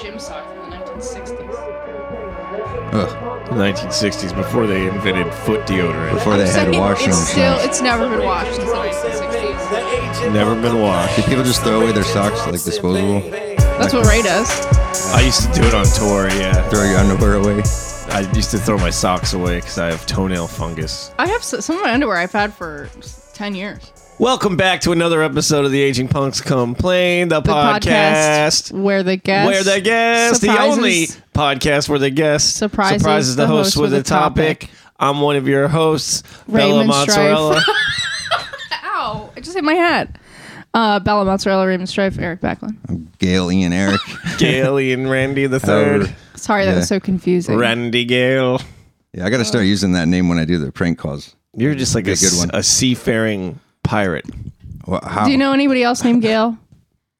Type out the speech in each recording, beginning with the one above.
gym socks in the 1960s. Ugh. 1960s, before they invented foot deodorant. Before they had Second, washroom it's still, socks. it's never been washed since the 1960s. Never been washed. Did people just throw away their socks like disposable? That's what Ray does. I used to do it on tour, yeah. Throw your underwear away? I used to throw my socks away because I have toenail fungus. I have s- some of my underwear I've had for s- 10 years. Welcome back to another episode of the Aging Punks Complain, the, The podcast, Where the guest. where the guest, the surprises- only podcast where the guest Surprises the, host with a topic. topic. I'm one of your hosts, Raymond Bella Strife. Mozzarella. Ow, I just hit my hat. Uh, Bella Mozzarella, Raymond Strife, Eric Backlund. Gail, Ian, Eric. Gail and Randy the third. However- Sorry, that Yeah. was so confusing. Randy Gale. Yeah, I got to start using that name when I do the prank calls. You're just like a, Be a good s- one. a seafaring pirate. Well, how? Do you know anybody else named Gail?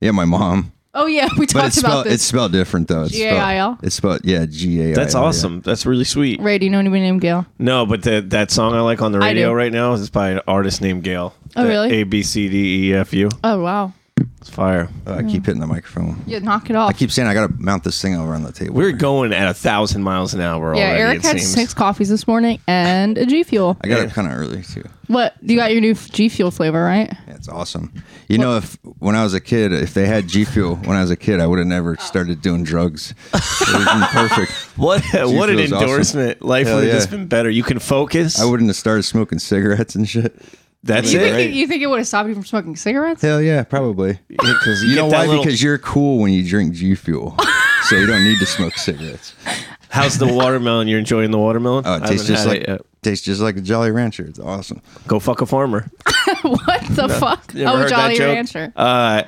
Yeah, my mom. Oh, yeah, we But talked it's about spelled, it's this. spelled different though. It's spelled- G-A-I-L? It's spelled yeah G A I L. That's awesome. That's really sweet. Ray, do you know anybody named Gail? No, but the, that song I like on the I radio do. right now is by an artist named Gail. Oh, The really? A B C D E F U. Oh, wow. It's fire. Oh, I Hmm. keep hitting the microphone. Yeah, knock it I off. keep saying I got to mount this thing over on the table. We're going at a thousand miles an hour Yeah, already. Eric it had seems. six coffees this morning and a G Fuel. I got Yeah. it kind of early too. What? You got your new f- G Fuel flavor, right? Yeah, it's awesome. You know, if when I was a kid, if they had G Fuel when I was a kid, I would have never started doing drugs. It would have been perfect. What what an feels awesome. endorsement! Life Hell would have yeah. just been better. You can focus. I wouldn't have started smoking cigarettes and shit. That's You it. think, it, you think it would have stopped you from smoking cigarettes? Hell yeah, probably. Because You know that why? little- Because you're cool when you drink G Fuel. So you don't need to smoke cigarettes. how's the watermelon? You're enjoying the watermelon. Oh, it I tastes haven't just had like it yet. tastes just like a Jolly Rancher. It's awesome. go fuck a farmer. what the fuck? You ever oh, heard that Jolly joke? Rancher. Uh,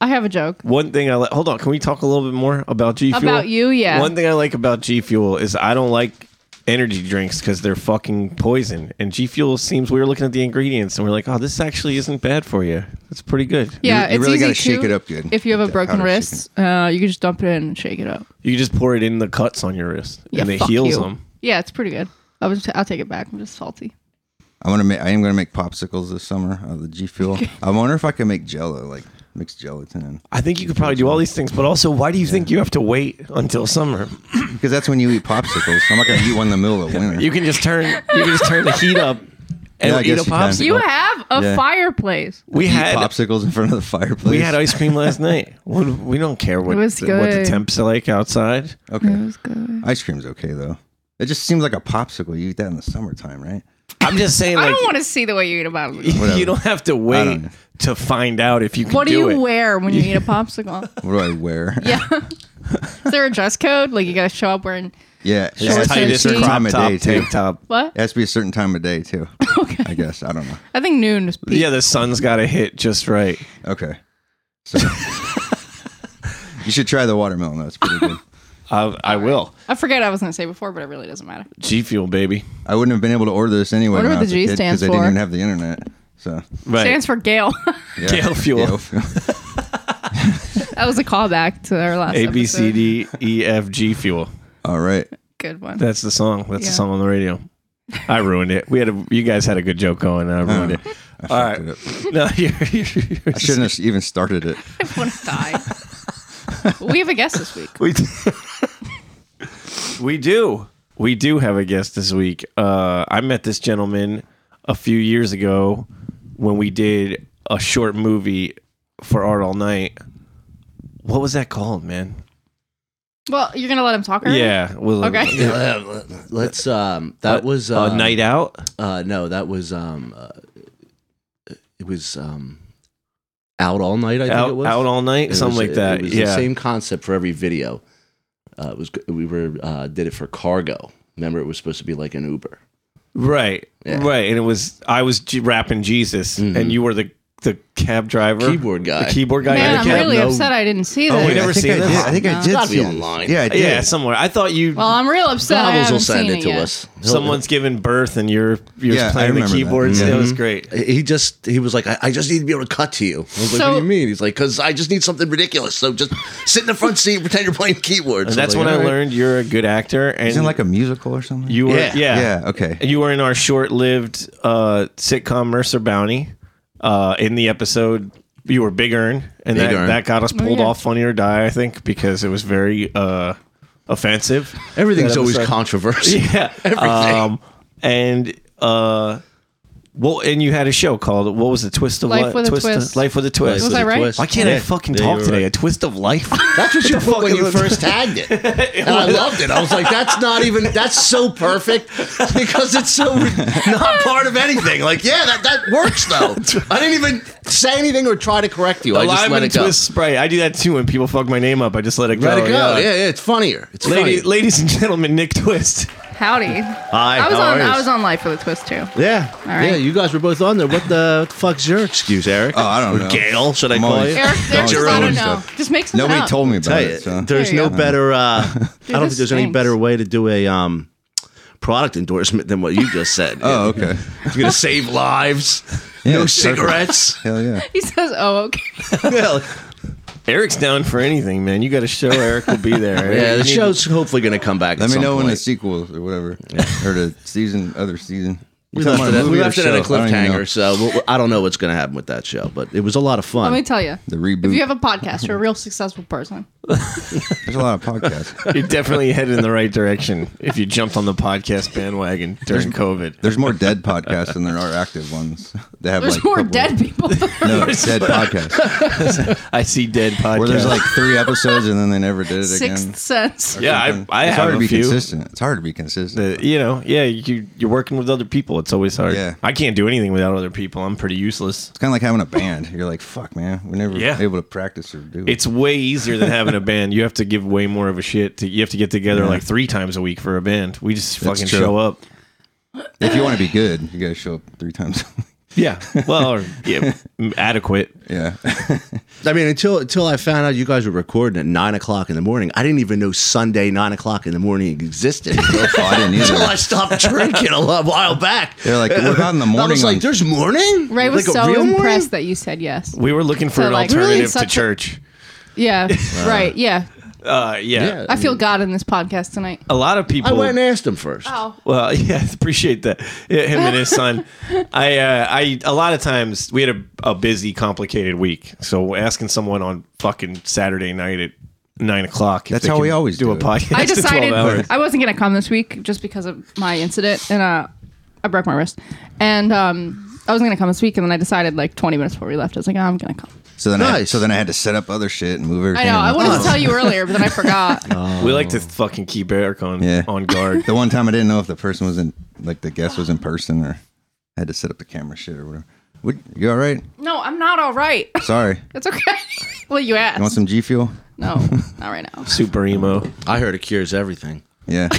I have a joke. one thing I like. Hold on. Can we talk a little bit more about G Fuel? About you, yeah. One thing I like about G Fuel is I don't like energy drinks because they're fucking poison. And G Fuel seems we were looking at the ingredients and we're like, oh, this actually isn't bad for you. It's pretty good. Yeah, you it's really easy gotta shake too. it up good. If you have a Like that broken powdered wrist, uh, you can just dump it in and shake it up. You just pour it in the cuts on your wrist Yeah, and it fuck heals you. them. Yeah, it's pretty good. I was. T- I'll take it back. I'm just salty. I'm gonna make. I am gonna make popsicles this summer of the G Fuel. I wonder if I can make Jello, like mixed gelatin, in. I think you could probably do all these things, but also, why do you think you have to wait until summer? because that's when you eat popsicles. I'm not gonna eat one in the middle of winter. You can just turn, you can just turn the heat up and Yeah, I eat guess you a can. popsicle. You Well, have a yeah. fireplace. We eat had popsicles in front of the fireplace. we had ice cream last night. We, we don't care what It was the, what the good. temps are like outside. okay. It was good. Ice cream's okay though. It just seems like a popsicle. You eat that in the summertime, right? I'm just saying, I like don't want to see the way you eat a popsicle. you, Whatever. don't have to I wait don't know. to find out if you can What do do, you it. wear when you eat a popsicle? What do I wear? yeah. Is there a dress code? Like you gotta show up wearing yeah. It Shorts has to be and a Tightest certain jeans. crop time of top, day too. tank top. what? It has to be a certain time of day too. Okay. I guess I don't know. I think noon is peak. Yeah, the sun's got to hit just right. Okay. So you should try the watermelon. That's pretty good. I, I will. I forget I was gonna say before, but it really doesn't matter. G fuel, baby. I wouldn't have been able to order this anyway. Wonder when what I was the a G kid, stands 'cause I didn't for. even have the internet. So Right. Stands for Gale. yeah. Gale fuel. Gale fuel. that was a callback to our last A B C episode. D E F G fuel. All right. Good one. That's the song. That's Yeah. the song on the radio. I ruined it. We had a, you guys had a good joke going. And I ruined it. I All fucked right. it up. No, you're, you're, you're I shouldn't have even started it. I want to die. we have a guest this week. We do. we do. We do have a guest this week. Uh, I met this gentleman a few years ago when we did a short movie for Art All Night. What was that called, man? Well, you're gonna let him talk. Already? Yeah. Was Okay. It, Uh, let's um that was uh, a night out. uh no that was um uh, it was um out all night i think Out, it was out all night, It something was- like that. it was yeah. the same concept for every video uh it was g- we were uh did it for cargo remember it was supposed to be like an uber Right. Yeah. Mm-hmm. Right. And it was I was G- rapping Jesus, and you were the the cab driver, Keyboard guy. the keyboard guy. Man, and the I'm cab. really no- upset I didn't see Oh, this. we never I think seen I this? did- I think I No. did. Gotta be see online. This. Yeah, I did. yeah, somewhere. I thought you well, I'm real upset. I Goggles haven't will send seen it to yet. us He'll- someone's giving birth and you're you're Yeah, I playing the remember that. keyboards. Yeah. It was great. he just he was like I, I just need to be able to cut to you i was like So- what do you mean he's like because i just need something ridiculous so just sit in the front seat and pretend you're playing keyboards And that's like, when I "All right." learned you're a good actor and Isn't it like a musical or something? you were yeah. Yeah. Yeah, okay. You were in our short-lived uh, sitcom Mercer Bounty uh, in the episode you were Big Earn, Big and that, Earn. that got us Oh, pulled yeah. off Funny or Die, I think, because it was very uh, offensive. Everything's That always episode. controversial. Yeah, Everything. Um, and uh, well, and you had a show called what was it? Twist of Life Li- with a twist Twist. Life with a twist. Was I right? Why can't I Yeah. fucking Yeah, talk you were today? right. A twist of life. That's what you put when you first tagged it. And I loved it. I was like, that's not even, that's so perfect because it's so re- not part of anything. Like, yeah, that, that works though. I didn't even say anything or try to correct you. I just Alive let and it go. twist spray. I do that too when people fuck my name up. I just let it Let go. it go. Yeah, yeah, it's funnier. It's Lady, funnier. ladies and gentlemen, Nick Twist. Howdy. Hi. I was how on. are I yous? was on Life with a Twist too. Yeah. right. Yeah, you guys were both on there. What the, what the fuck's your excuse, Eric? Oh, I don't or know. Gail, should I I'm call always- you? Eric, Eric's your just, I own don't know. stuff. Just make something Nobody up. told me about Tell you, it. So. There there's you no go. better. Uh, I don't think this there's there's any any better way to do a um, product endorsement than what you just said. Oh, okay. It's gonna save lives. Yeah, no it's perfect. cigarettes. Hell yeah. He says, "Oh, okay." well, Eric's down for anything, man. You got a show. Eric will be there. yeah, You the need- show's hopefully gonna come back. Let at me some know when point. the sequel or whatever, or the season, other season. We You're left, talking it about at, we movie or left it at a show? I don't even know. cliffhanger, so we'll, we'll- I don't know what's gonna happen with that show, but it was a lot of fun. Let me tell you. The reboot. If you have a podcast, you're a real successful person. There's a lot of podcasts. You're definitely headed in the right direction if you jumped on the podcast bandwagon during COVID. There's more dead podcasts than there are active ones. They have There's like more couple- dead people. No, dead podcasts I see dead podcasts. where there's like three episodes and then they never did it again. Sixth sense. yeah, I, Something. I it's have hard a to be few. consistent. It's hard to be consistent. e- that, you know, yeah, you you're working with other people. It's always hard. Yeah. I can't do anything without other people. I'm pretty useless. It's kind of like having a band. You're like, fuck, man, we're never Yeah. able to practice or do. It's way easier than having a band. You have to give way more of a shit. To, you have to get together like three times a week for a band. We just That's fucking true. show up. if you want to be good, you gotta show up three times. Yeah. Well, or, yeah, m- adequate. yeah, Oh, I mean, until until I found out you guys were recording at nine o'clock in the morning, I didn't even know Sunday nine o'clock in the morning existed. Oh, I didn't Until I either. stopped drinking a lo- while back. They're like, what about in the I morning? was like, on- "There's morning." Ray was like a so real morning? impressed that you said yes. We were looking for So, an like, really alternative to such a- church. Yeah. Right. Yeah. Uh, yeah. Yeah. I Mm. feel God in this podcast tonight. A lot of people. I went and asked him first. Oh. Well, yeah, appreciate that. Yeah, him and his son. I, uh, I, a lot of times we had a, a busy, complicated week. So asking someone on fucking Saturday night at nine o'clock. if That's they how can we always do a it. podcast. I in 12 decided hours. I wasn't gonna come this week just because of my incident and uh, I broke my wrist. And um, I wasn't gonna come this week, and then I decided like 20 minutes before we left, I was like, oh, I'm gonna come. so then I Nice. so then I had to set up other shit and move I everything. know. I wanted Oh. to tell you earlier, but then I forgot. Oh. We like to fucking keep Eric on Yeah. on guard. The one time I didn't know if the person was in, like the guest was in person or I had to set up the camera shit or whatever. What, you all right? No, I'm not all right. Sorry. It's okay. well, you You want asked. some G Fuel? No, not right now. Super emo. I heard it cures everything. Yeah.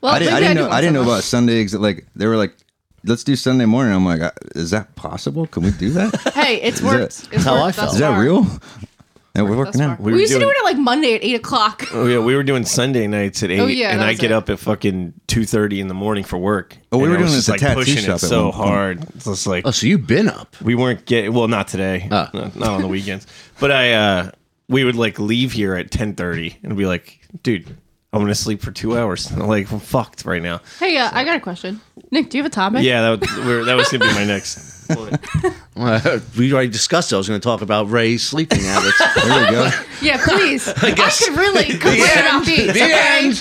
Well, I, did, maybe I didn't know. do I didn't know want about Sunday. Exit, like they were like, let's do Sunday morning. I'm like, "Uh, is that possible? Can we do that? some. Hey, it's worked. It's how I worked thus felt. Is that far. real? And we're Thus working far. out. We, were used to do doing- it at like Monday at eight o'clock. Oh yeah, we were doing Sunday nights at eight, Oh, yeah, and that I was get it. up at fucking two thirty in the morning for work. Oh, we And were I was doing just, this at like tattoo pushing shop it at so one point. hard. It's just like Oh, so you've been up? we weren't getting well not today Ah. not, not on the weekends but i uh we would like leave here at ten thirty and be like dude i'm gonna sleep for two hours And I'm like i'm fucked right now Hey, uh, I got a question. Nick, do you have a topic? yeah that, was- we're, that was gonna be my next point. we already discussed it. I was going to talk about Ray's sleeping habits. There we go. Yeah, please. I, could really complain about these.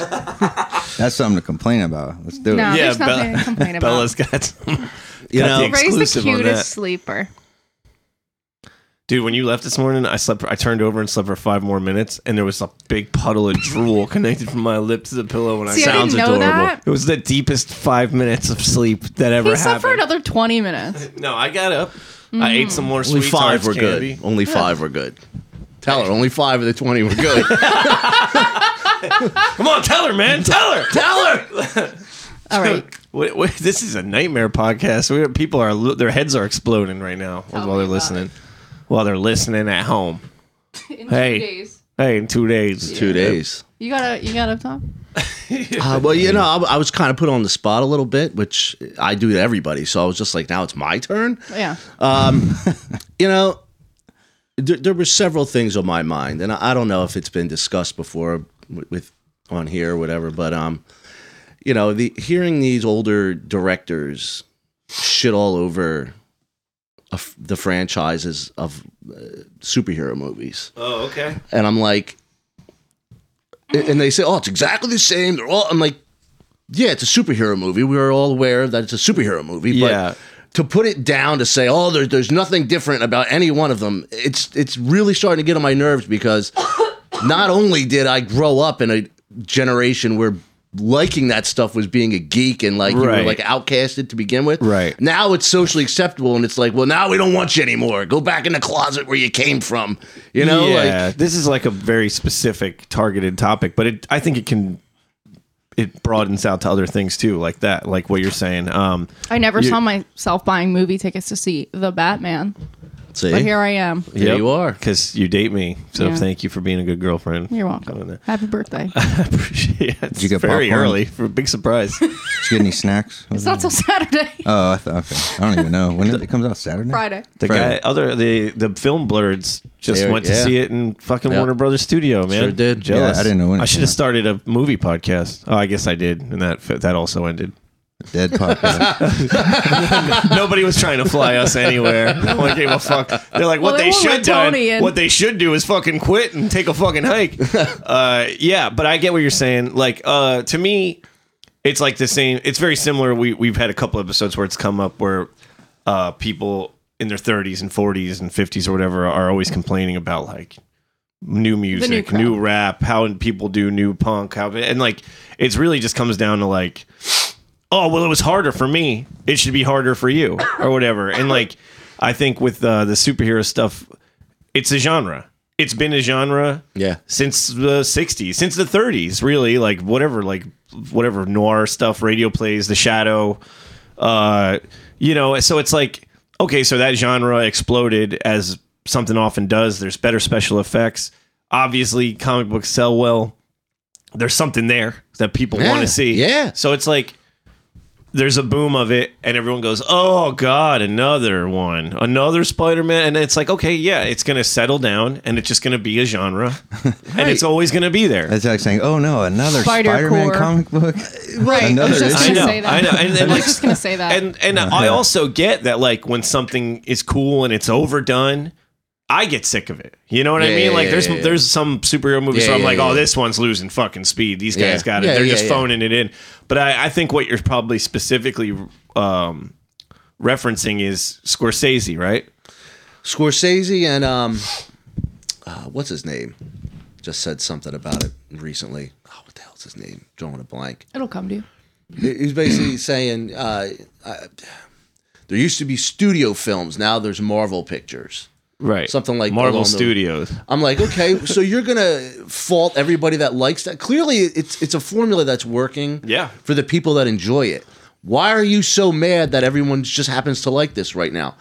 okay? That's something to complain about. Let's do it. No, yeah there's nothing to complain about. bella's got some You got know, the Ray's Ray's the exclusive on cutest that sleeper. dude when you left this morning i slept i turned over and slept for five more minutes and there was a big puddle of drool connected from my lip to the pillow when See, i I sounds didn't know adorable. that. it was the deepest five minutes of sleep that ever He slept happened for another 20 minutes. no i got up i ate some more Only sweet Mm. five tarts were good. candy. Only five were good. Tell her only five of the twenty were good. Come on, tell her, man. Tell her. Tell her. All right. Wait, wait, this is a nightmare podcast. We people are lo- their heads are exploding right now while me they're about listening. While they're listening at home. In Hey. two days. Hey, in two days. Two days. You got a you got a top? Uh, well, you know, I, I was kind of put on the spot a little bit, which I do to everybody. So I was just like, now it's my turn. Yeah. You know, there, there were several things on my mind, and I, I don't know if it's been discussed before with, with on here or whatever, but um, you know, the hearing these older directors shit all over of the franchises of uh, superhero movies, Oh, okay. and I'm like, and they say, oh, it's exactly the same. They're all. I'm like, yeah, it's a superhero movie. We are all aware that it's a superhero movie. Yeah. But to put it down to say, oh, there, there's nothing different about any one of them. It's it's really starting to get on my nerves because not only did I grow up in a generation where liking that stuff was being a geek and like you were Right. like outcasted to begin with. Right. Now it's socially acceptable and it's like, well, now we don't want you anymore. Go back in the closet where you came from. You know, like yeah, this is like a very specific targeted topic, but it I think it can it broadens out to other things too, like that, like what you're saying. Um, I never You- saw myself buying movie tickets to see The Batman, See? but here I am. There you are. because you date me. So Yeah. thank you for being a good girlfriend. You're Doing welcome. that. Happy birthday. I appreciate it. It's you get very popcorn? early for a big surprise. Did you get any snacks? It's not till Saturday. Uh, Oh, I thought okay. I don't even know when it, it comes out Saturday. Friday. The guy, Friday. other the the film blurs just They are- went to yeah. see it in fucking Yeah. Warner Brothers studio, man. Sure did. Jealous. Yeah, I didn't know when it I should came have out. started a movie podcast. Oh, I guess I did, and that that also ended. Dead podcast. Nobody was trying to fly us anywhere. No one gave a fuck. They're like, Well, what they they, won't should let Tony do. in. What they should do is fucking quit and take a fucking hike. uh, yeah, but I get what you're saying. Like, uh, to me, it's like the same. It's very similar. We we've had a couple episodes where it's come up where uh, people in their 30s and 40s and 50s or whatever are always complaining about like new music, crap. new rap, how people do new punk, how and like it's really just comes down to like oh well it was harder for me it should be harder for you or whatever and like i think with uh, the superhero stuff it's a genre it's been a genre Yeah. since the 60s since the 30s really like whatever like whatever noir stuff radio plays the shadow uh you know so it's like okay so that genre exploded as something often does there's better special effects obviously comic books sell well there's something there that people Yeah, want to see yeah. so it's like there's a boom of it and everyone goes oh god another one another spider-man and it's like okay yeah it's gonna settle down and it's just gonna be a genre and it's always gonna be there That's like saying, "Oh no, another Spider Spider-Man core. comic book." Right. I Another was just issue. going to I know, say that. I know, and- and I like- was just going to say that. and and i also get that like when something is cool and it's overdone i get sick of it you know what i Yeah, mean yeah, like yeah, there's yeah, yeah. there's some superhero movies Yeah, where i'm yeah, like yeah, oh yeah. this one's losing fucking speed these guys Yeah. got it Yeah, they're yeah, just yeah. phoning it in but i i think what you're probably specifically um referencing is scorsese right Scorsese and um, uh, what's his name? Just said something about it recently. Oh, what the hell's his name? Drawing a blank. It'll come to you. He- He's basically saying uh, uh, there used to be studio films. Now there's Marvel pictures. right Something like marvel along the- studios I'm like, okay, so you're gonna fault everybody that likes that? Clearly, it's it's a formula that's working. Yeah. For the people that enjoy it, why are you so mad that everyone just happens to like this right now?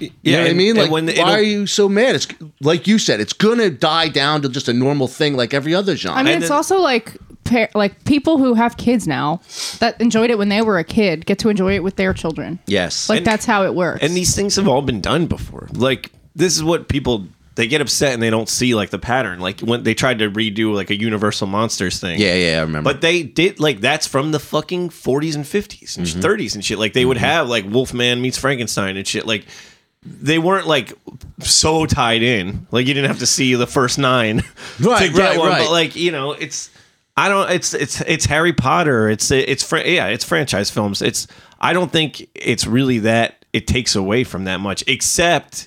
You know what I and- mean? and Like, when it'll- why are you so mad? It's like you said, it's gonna die down to just a normal thing, like every other genre. I mean, And it's then- also like par- like people who have kids now that enjoyed it when they were a kid get to enjoy it with their children. yes, Like that's how it works. and these things have all been done before like this is what people they get upset and they don't see like the pattern like when they tried to redo like a universal monsters thing yeah, yeah, I remember. but they did like that's from the fucking 40s and 50s and Mm-hmm. 30s and shit like they would have like wolfman meets frankenstein and shit like they weren't like so tied in like you didn't have to see the first nine Right, to get right, one right. but like you know it's i don't it's it's it's harry potter it's it's fr- yeah it's franchise films it's i don't think it's really that it takes away from that much except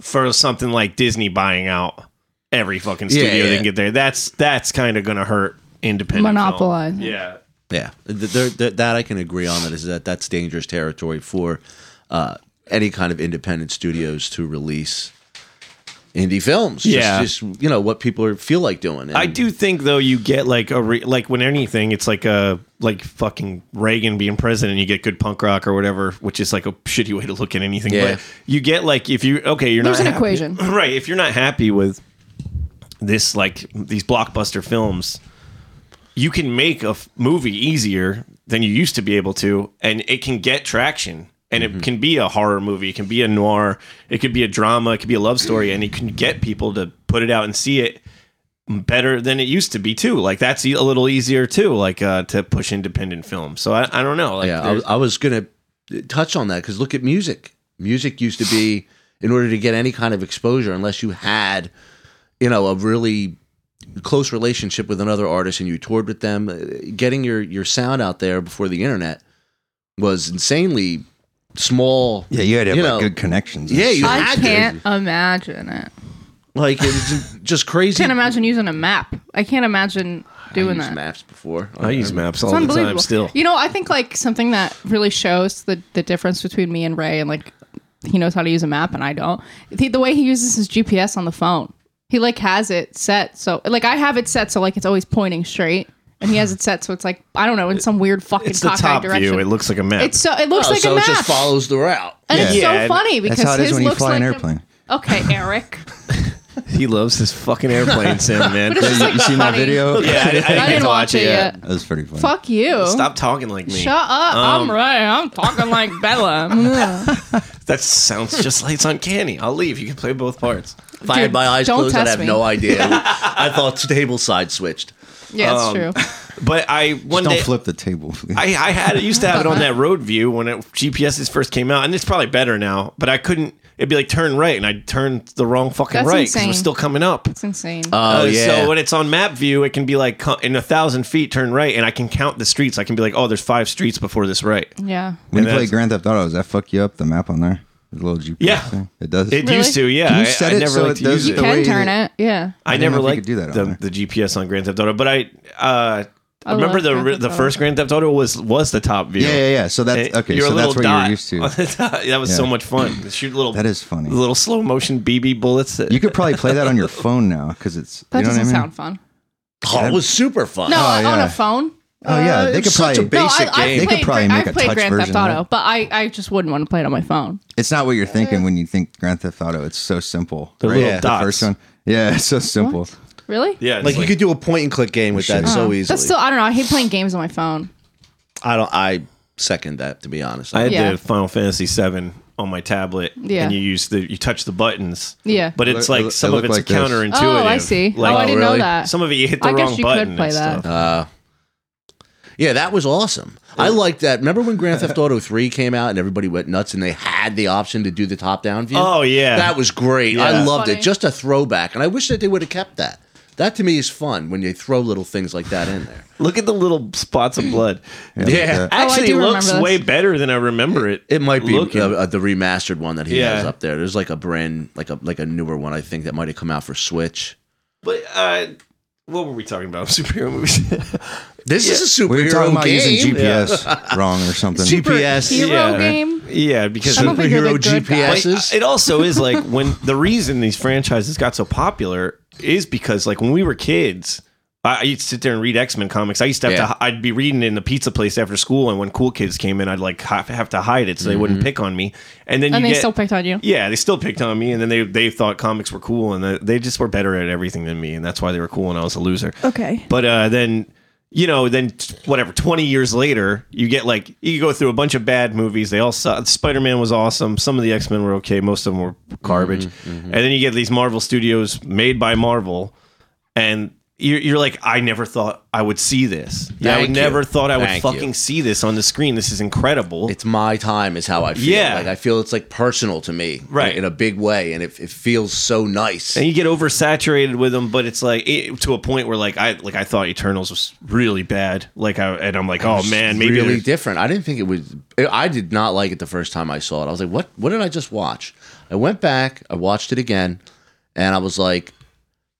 for something like disney buying out every fucking Yeah, studio they yeah. can get there that's that's kind of gonna hurt independent film. Monopolize. yeah Yeah, th- there- there- that I can agree on. That is that that's dangerous territory for uh, any kind of independent studios to release indie films. Just- Yeah. just, you know what people are, feel like doing. And I do think though you get like a re- like when anything it's like a like fucking Reagan being president you get good punk rock or whatever which is like a shitty way to look at anything Yeah. but you get like if you okay you're There's not an happy- equation. right if you're not happy with this like these blockbuster films you can make a f- movie easier than you used to be able to, and it can get traction. And it can be a horror movie, it can be a noir, it could be a drama, it could be a love story, and it can get people to put it out and see it better than it used to be too. Like that's e- a little easier too, like uh, to push independent film. So I, I don't know. Like Yeah, I, there's- was- I was gonna touch on that because look at music. music used to be in order to get any kind of exposure unless you had you know a really close relationship with another artist and you toured with them uh, getting your your sound out there before the internet was insanely small Yeah, you had to have You like, know, good connections. yeah you I had to. can't imagine it. like it's just crazy Can't imagine using a map. I can't imagine doing I used that. maps before I use maps all It's the unbelievable. time still. You know, I think like something that really shows the the difference between me and Ray, and like he knows how to use a map and I don't. The, the way he uses his GPS on the phone, he like has it set so like I have it set so like it's always pointing straight, and he has it set so it's like I don't know in some weird fucking It's the cockeyed top direction. view. It looks like a map. It's so it looks Oh, like so a map. it just follows the route and it's Yeah. Yeah, so funny because That's how it is his when you looks fly like an a- airplane. okay, Eric. he loves his fucking airplane sim, man. But it's just You, like seen that funny. video? yeah, I, didn't- I I didn't get didn't to watch it yet. That was pretty funny. Fuck you. Stop talking like me. Um, Shut up. I'm Ray. I'm talking like Bella. That sounds just like it's uncanny. I'll leave. You can play both parts. if I had Dude, my eyes don't closed I'd test have me. no idea I thought table side switched yeah, um, it's true. But I one Don't day flip the table. please. I, I had it used to have it on that road view when it, GPSs first came out, and it's probably better now. But I couldn't. It'd be like turn right, and I'd turn the wrong fucking That's right because it insane. was still coming up. It's insane. oh Uh, yeah So when it's on map view, it can be like co- in a thousand feet, turn right, and I can count the streets. I can be like, oh, there's five streets before this right. yeah. when you and play that's- Grand Theft Auto, does that fuck you up? The map on there, the little GPS. Yeah. thing? it does. It Really? used to, yeah. Can you I- set I, it never so liked it to use does You it. the way can turn that- it. Yeah. I, didn't know never if you liked could do that the, on the GPS on Grand Theft Auto, but I uh, I love remember the Grand Theft the Auto. first Grand Theft Auto was was the top view. yeah, yeah, yeah. So that's And okay. Eh, you're a so little that's what dot you're used on to. the dot. that was so Yeah. much fun. To Shoot little That is funny. little slow motion BB bullets. That, You could probably play that on your phone now because it's. That you know doesn't what I mean? sound fun. oh, it was super fun No, Oh, on yeah. a phone. Oh yeah, Uh, they it's could such probably. a No, Basic I, game. I've They could played, probably Gra- make I've a played touch Grand Theft version of Auto, it. but I, I just wouldn't want to play it on my phone. it's not what you're thinking when you think Grand Theft Auto. It's so simple. The little yeah, dots. The first one. Yeah, it's so simple. Really? yeah, it's like, you could do a point and click game with that so easily Oh, That's still, I don't know. I hate playing games on my phone. I don't. I second that to be honest. I had Yeah. the Final Fantasy VII on my tablet, Yeah. and you use the you touch the buttons. Yeah. but it's It look- like some it of look it's like this. counterintuitive. Oh, I see. Like oh, I didn't really? know that. some of it you hit the I guess wrong you could button. play and that. stuff. yeah, that was awesome. I liked that. Remember when Grand Theft Auto Three came out and everybody went nuts and they had the option to do the top down view. Oh, yeah. that was great. I Yeah. loved Funny. it. Just a throwback, and I wish that they would have kept that. That to me is fun when they throw little things like that in there. Look at the little spots of blood. Yeah. Oh, I Oh, actually do remember looks this. way better than I remember it. It might be looking. uh, uh, the remastered one that he Yeah. has up there. There's like a brand, like a like a newer one. I think that might have come out for Switch. but uh, what were we talking about? Superhero movies. This is a superhero We were talking about game. using GPS wrong or something. GPS. Hero yeah. game. yeah, because I don't think they're the Superhero good GPS. guys. But Franchises? it also is like when the reason these franchises got so popular is because like when we were kids, I I used to sit there and read X Men comics. I used to have Yeah. to, I'd be reading it in the pizza place after school, and when cool kids came in, I'd like ha- have to hide it so they wouldn't pick on me. And then And you they get, still picked on you. yeah, they still picked on me, and then they they thought comics were cool, and they- they just were better at everything than me, and that's why they were cool, and I was a loser. Okay. But uh, then, you know, then t- whatever, 20 years later, you get like, you go through a bunch of bad movies. They all suck. Spider Man was awesome. Some of the X Men were okay. Most of them were garbage. Mm-hmm, And then you get these Marvel Studios made by Marvel. And you're, you're like, I never thought I would see this. Yeah, I Thank you. never thought I would Thank you. fucking see this on the screen. This is incredible. it's my time is how I feel. Yeah. Like I feel it's like personal to me. Right. In, a big way. And it, it feels so nice. and you get oversaturated with them, but it's like it, to a point where like I like I thought Eternals was really bad. Like I and I'm like, oh man, maybe really there's- different. I didn't think it was I did not like it the first time I saw it. I was like, what what did I just watch? I went back, I watched it again, and I was like,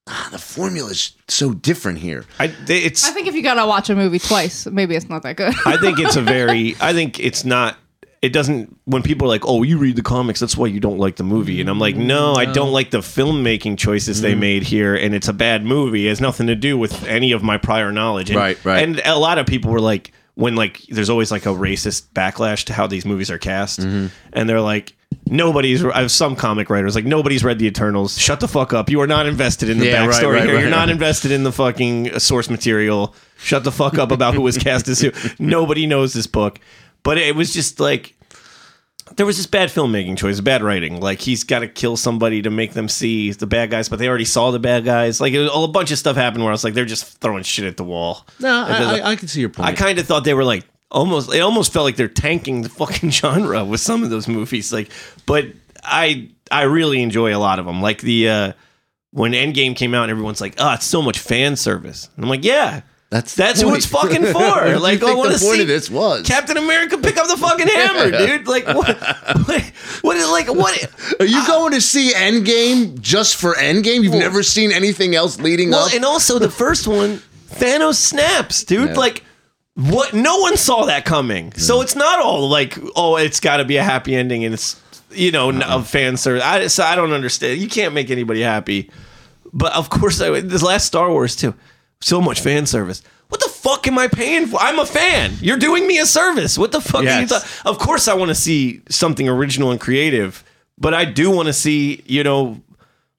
ah, the formula is so different here. I, they- it's I think if you gotta watch a movie twice, maybe it's not that good. I think it's a very. I think it's not. It doesn't. When people are like, "Oh, you read the comics, that's why you don't like the movie," and I'm like, "No, I don't like the filmmaking choices they Mm. made here, and it's a bad movie. It has nothing to do with any of my prior knowledge." And, Right, right. And a lot of people were like, when like, there's always like a racist backlash to how these movies are cast, Mm-hmm. and they're like. Nobody's. I have some comic writers like nobody's read the Eternals. Shut the fuck up. You are not invested in the Yeah, right, backstory right, here. right. You're not invested in the fucking source material. Shut the fuck up about who was cast as who. Nobody knows this book. But it was just like there was just bad filmmaking choice, bad writing. Like he's got to kill somebody to make them see the bad guys, but they already saw the bad guys. Like it was, a bunch of stuff happened where I was like, they're just throwing shit at the wall. No, It doesn't- I, I, I can see your point. I kind of thought they were like, almost it almost felt like they're tanking the fucking genre with some of those movies. Like, but I I really enjoy a lot of them. Like the uh when Endgame came out, and everyone's like, "Oh, it's so much fan service," and I'm like, "Yeah." That's the That's who it's point. fucking What do for. you like, think I want the to point see of this was? Captain America pick up the fucking hammer, dude. Like, what? What? what is like what? Are you going to see Endgame just for Endgame? You've never seen anything else leading Well, up. and also the first one, Thanos snaps, dude. Yeah. Like, what? No one saw that coming. So it's not all like, oh, it's got to be a happy ending, and it's you know n- of fan service. I so I don't understand. You can't make anybody happy. But of course, I, this last Star Wars too, so much fan service. What the fuck am I paying for? I'm a fan. You're doing me a service. What the fuck? Are you Yes. talking? of course, I want to see something original and creative, but I do want to see you know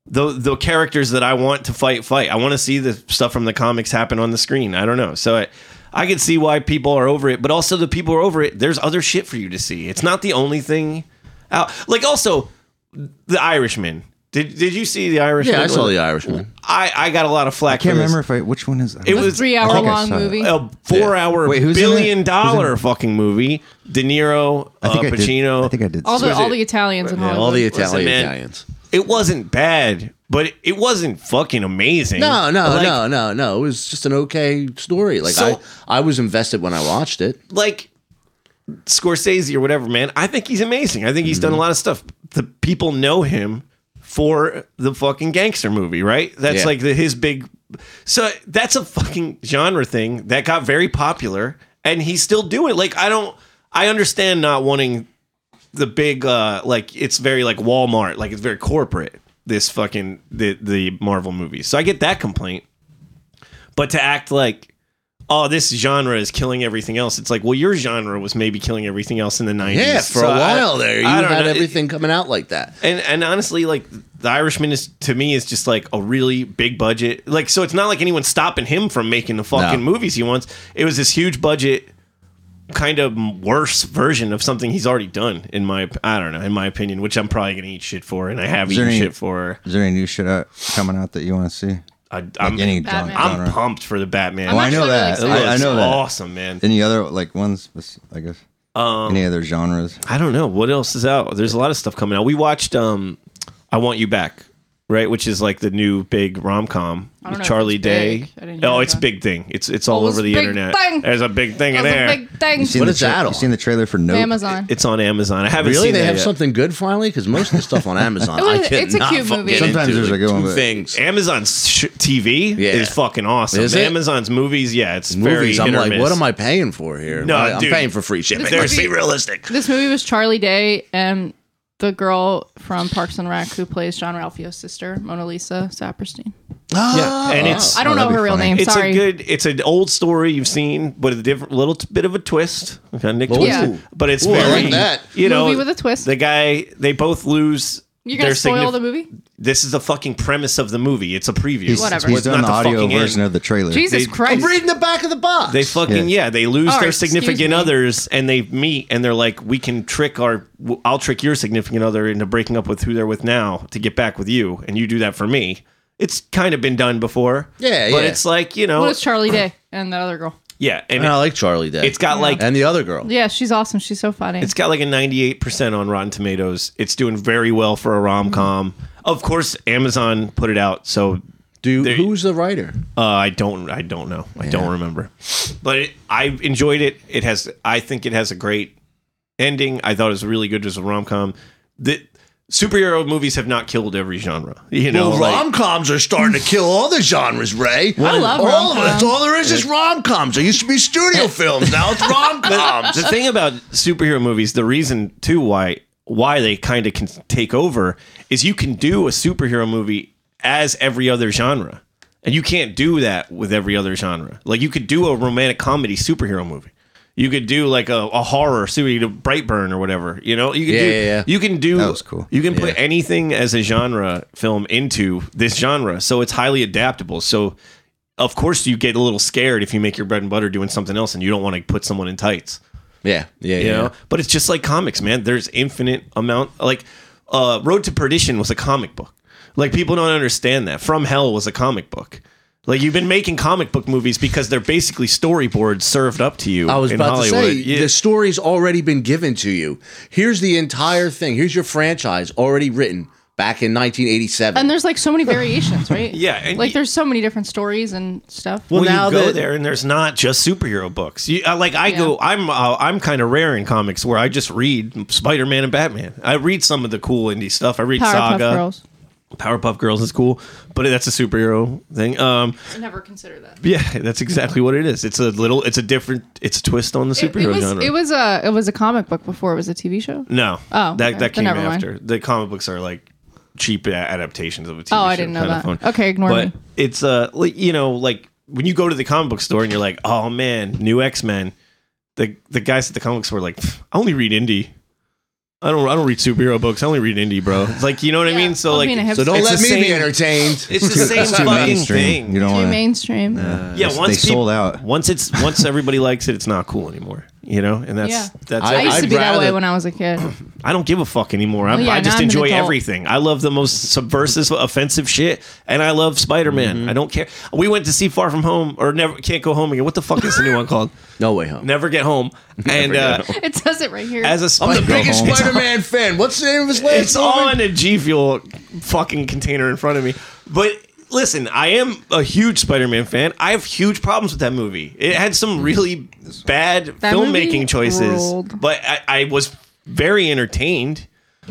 the the characters that I want to fight fight. I want to see the stuff from the comics happen on the screen. I don't know. So I I can see why people are over it, but also the people who are over it. There's other shit for you to see. It's not the only thing out. Like also the Irishman. Did did you see the Irishman? yeah, I saw The Irishman. I, I got a lot of flack. can't for this. remember if I which one is that? It was- three I hour think I long saw Oh, that. movie. a four hour Wait, who's in it? Who's billion in dollar fucking movie. De Niro, I think uh, I did- Pacino. I think I did. all see the it. all the Italians in Hollywood. All the Listen, Italian man. Italians. It wasn't bad, but it- it wasn't fucking amazing. No, no, Like- no, no, no. It was just an okay story. Like So- I, I was invested when I watched it. like Scorsese or whatever, man. I think he's amazing. I think he's done a lot of stuff. The people know him for the fucking gangster movie, right? That's Yeah. like the, his big. So that's a fucking genre thing that got very popular, and he's still doing. it. Like I don't, I understand not wanting the big, uh like it's very like Walmart, like it's very corporate. This fucking the the Marvel movies. So I get that complaint, but to act like oh, this genre is killing everything else. It's like, well, your genre was maybe killing everything else in the 90s. Yeah, for So a I- while there, you I don't had know. everything coming out like that. And, and honestly, like, The Irishman is, to me, is just like a really big budget. Like, so it's not like anyone's stopping him from making the fucking No. movies he wants. It was this huge budget, kind of worse version of something he's already done, in my, I don't know, in my opinion, which I'm probably going to eat shit for, and I have Is there eaten any- shit for. Is there any new shit out, coming out that you want to see? I, Like I'm, any gen- Batman. genre? I'm pumped for the Batman. I'm well, I know actually really that. excited. I, I know that. Awesome, man. Any other like ones? bes- I guess. any other genres? I don't know what else is out. There's a lot of stuff coming out. We watched um I Want You Back, right? Which is like the new big rom com don't know with if Charlie it's Day. big. I didn't hear Oh, that. it's a big thing. It's it's all Oh, it's over the big internet. thing. There's a big thing That in was there. a big thing. You seen What the is that on? You seen the trailer for Nope? Amazon. It's on Amazon. I haven't Really, seen they that have yet. something good finally because most of the stuff on Amazon, It was- I could it's a not cute fucking movie. get Sometimes into, there's like a good two one, but- things. Amazon's sh- TV Yeah. is fucking awesome. Is it? Amazon's movies, yeah, it's Movies, very I'm hit or like, miss. what am I paying for here? No, I, am dude. paying for free shipping. This Let's movie- be realistic. This movie was Charlie Day and the girl from Parks and Rec who plays John Ralphio's sister, Mona Lisa Saperstein. Yeah, and it's- I don't Oh, know that'd be her real funny. name. it's sorry. a good. It's an old story you've seen, but a different little t- bit of a twist. Okay, Nick Ooh. Yeah. twist. But it's Ooh, I very like that. you know Movie with a twist. The guy they both lose. You're gonna their spoil signif- the movie? This is the fucking premise of the movie. It's a preview. He's, Whatever. He's It's doing not the the audio fucking version end. of the trailer. Jesus They- Christ! I'm reading the back of the box. They fucking yeah. Yeah. they lose All right, their excuse significant me. others and they meet and they're like, we can trick our, w- I'll trick your significant other into breaking up with who they're with now to get back with you, and you do that for me. It's kind of been done before. Yeah, but yeah. it's like you know, What is Charlie Day and that other girl? yeah, and and I like Charlie Day. it's got like and the other girl. Yeah, she's awesome. She's so funny. It's got like a 98% on Rotten Tomatoes. It's doing very well for a rom com. Mm-hmm. Of course, Amazon put it out, so Do you, There- who's the writer? uh, I don't I don't know. I don't remember. But it, I enjoyed it. It has I think it has a great ending. I thought it was really good as a rom com. The superhero movies have not killed every genre. You know, Well, like- rom coms are starting to kill all the genres, Ray. I love all of it. rom-coms. That's all there is is rom coms. There used to be studio films. Now it's rom coms. the thing about superhero movies, the reason too why why they kind of can take over is you can do a superhero movie as every other genre, and you can't do that with every other genre. Like you could do a romantic comedy superhero movie. You could do like a, a horror, so you could do Brightburn or whatever. You know, you can Yeah, do yeah, yeah. you can do That was cool. You can put anything as a genre film into this genre, so it's highly adaptable. So of course you get a little scared if you make your bread and butter doing something else and you don't want to put someone in tights Yeah, yeah, you know but it's just like comics man there's infinite amount like uh road to perdition was a comic book like people don't understand that from hell was a comic book Like you've been making comic book movies because they're basically storyboards served up to you. I was in about Hollywood. to say Yeah. the story's already been given to you. Here's the entire thing. Here's your franchise already written back in 1987. And there's like so many variations, right? Yeah, and like y- there's so many different stories and stuff. Well, now you go that- there and there's not just superhero books. You, uh, like I go, I'm uh, I'm kind of rare in comics where I just read Spider Man and Batman. I read some of the cool indie stuff. I read Powerpuff Saga, Girls. Powerpuff Girls is cool, but that's a superhero thing. Um, I never considered that. yeah, that's exactly what it is. It's a little, it's a different, it's a twist on the It, superhero it was genre. it was a it was a comic book before it was a TV show. no, Oh, okay. that that Then came never mind. after. The comic books are like cheap a- adaptations of a TV show. Oh, I didn't know kind of that. fun. Okay, ignore but me. it's uh, like, you know, like when you go to the comic book store and you're like, oh man, new X Men. The the guys at the comic store are like, "Pff, I only read indie. I don't I don't read superhero books. I only read indie, bro. It's like you know what I Yeah, mean. So I'm like, being a so don't it's let the me be same- entertained. It's the same Too fucking mainstream. thing. You don't Too want to. mainstream. yeah, They once sold peop- out. Once it's once everybody likes it, it's not cool anymore. You know, and that's Yeah. that's. I I, used I'd to be that way rather- when I was a kid. I don't give a fuck anymore. I'm, Well, yeah, I now just I'm an enjoy adult. everything. I love the most subversive, offensive shit, and I love Spider Man. I don't care. We went to see Far From Home or Never Can't Go Home again. What the fuck is the new one called? No way home. Never Get Home. And uh, It says it right here. as a I'm the Spider Man, biggest home. Spider-Man fan. What's the name of his last it's movie? on a G Fuel fucking container in front of me. But listen, I am a huge Spider-Man fan. I have huge problems with that movie. It had some really bad That filmmaking movie choices, ruled. but I, I was very entertained.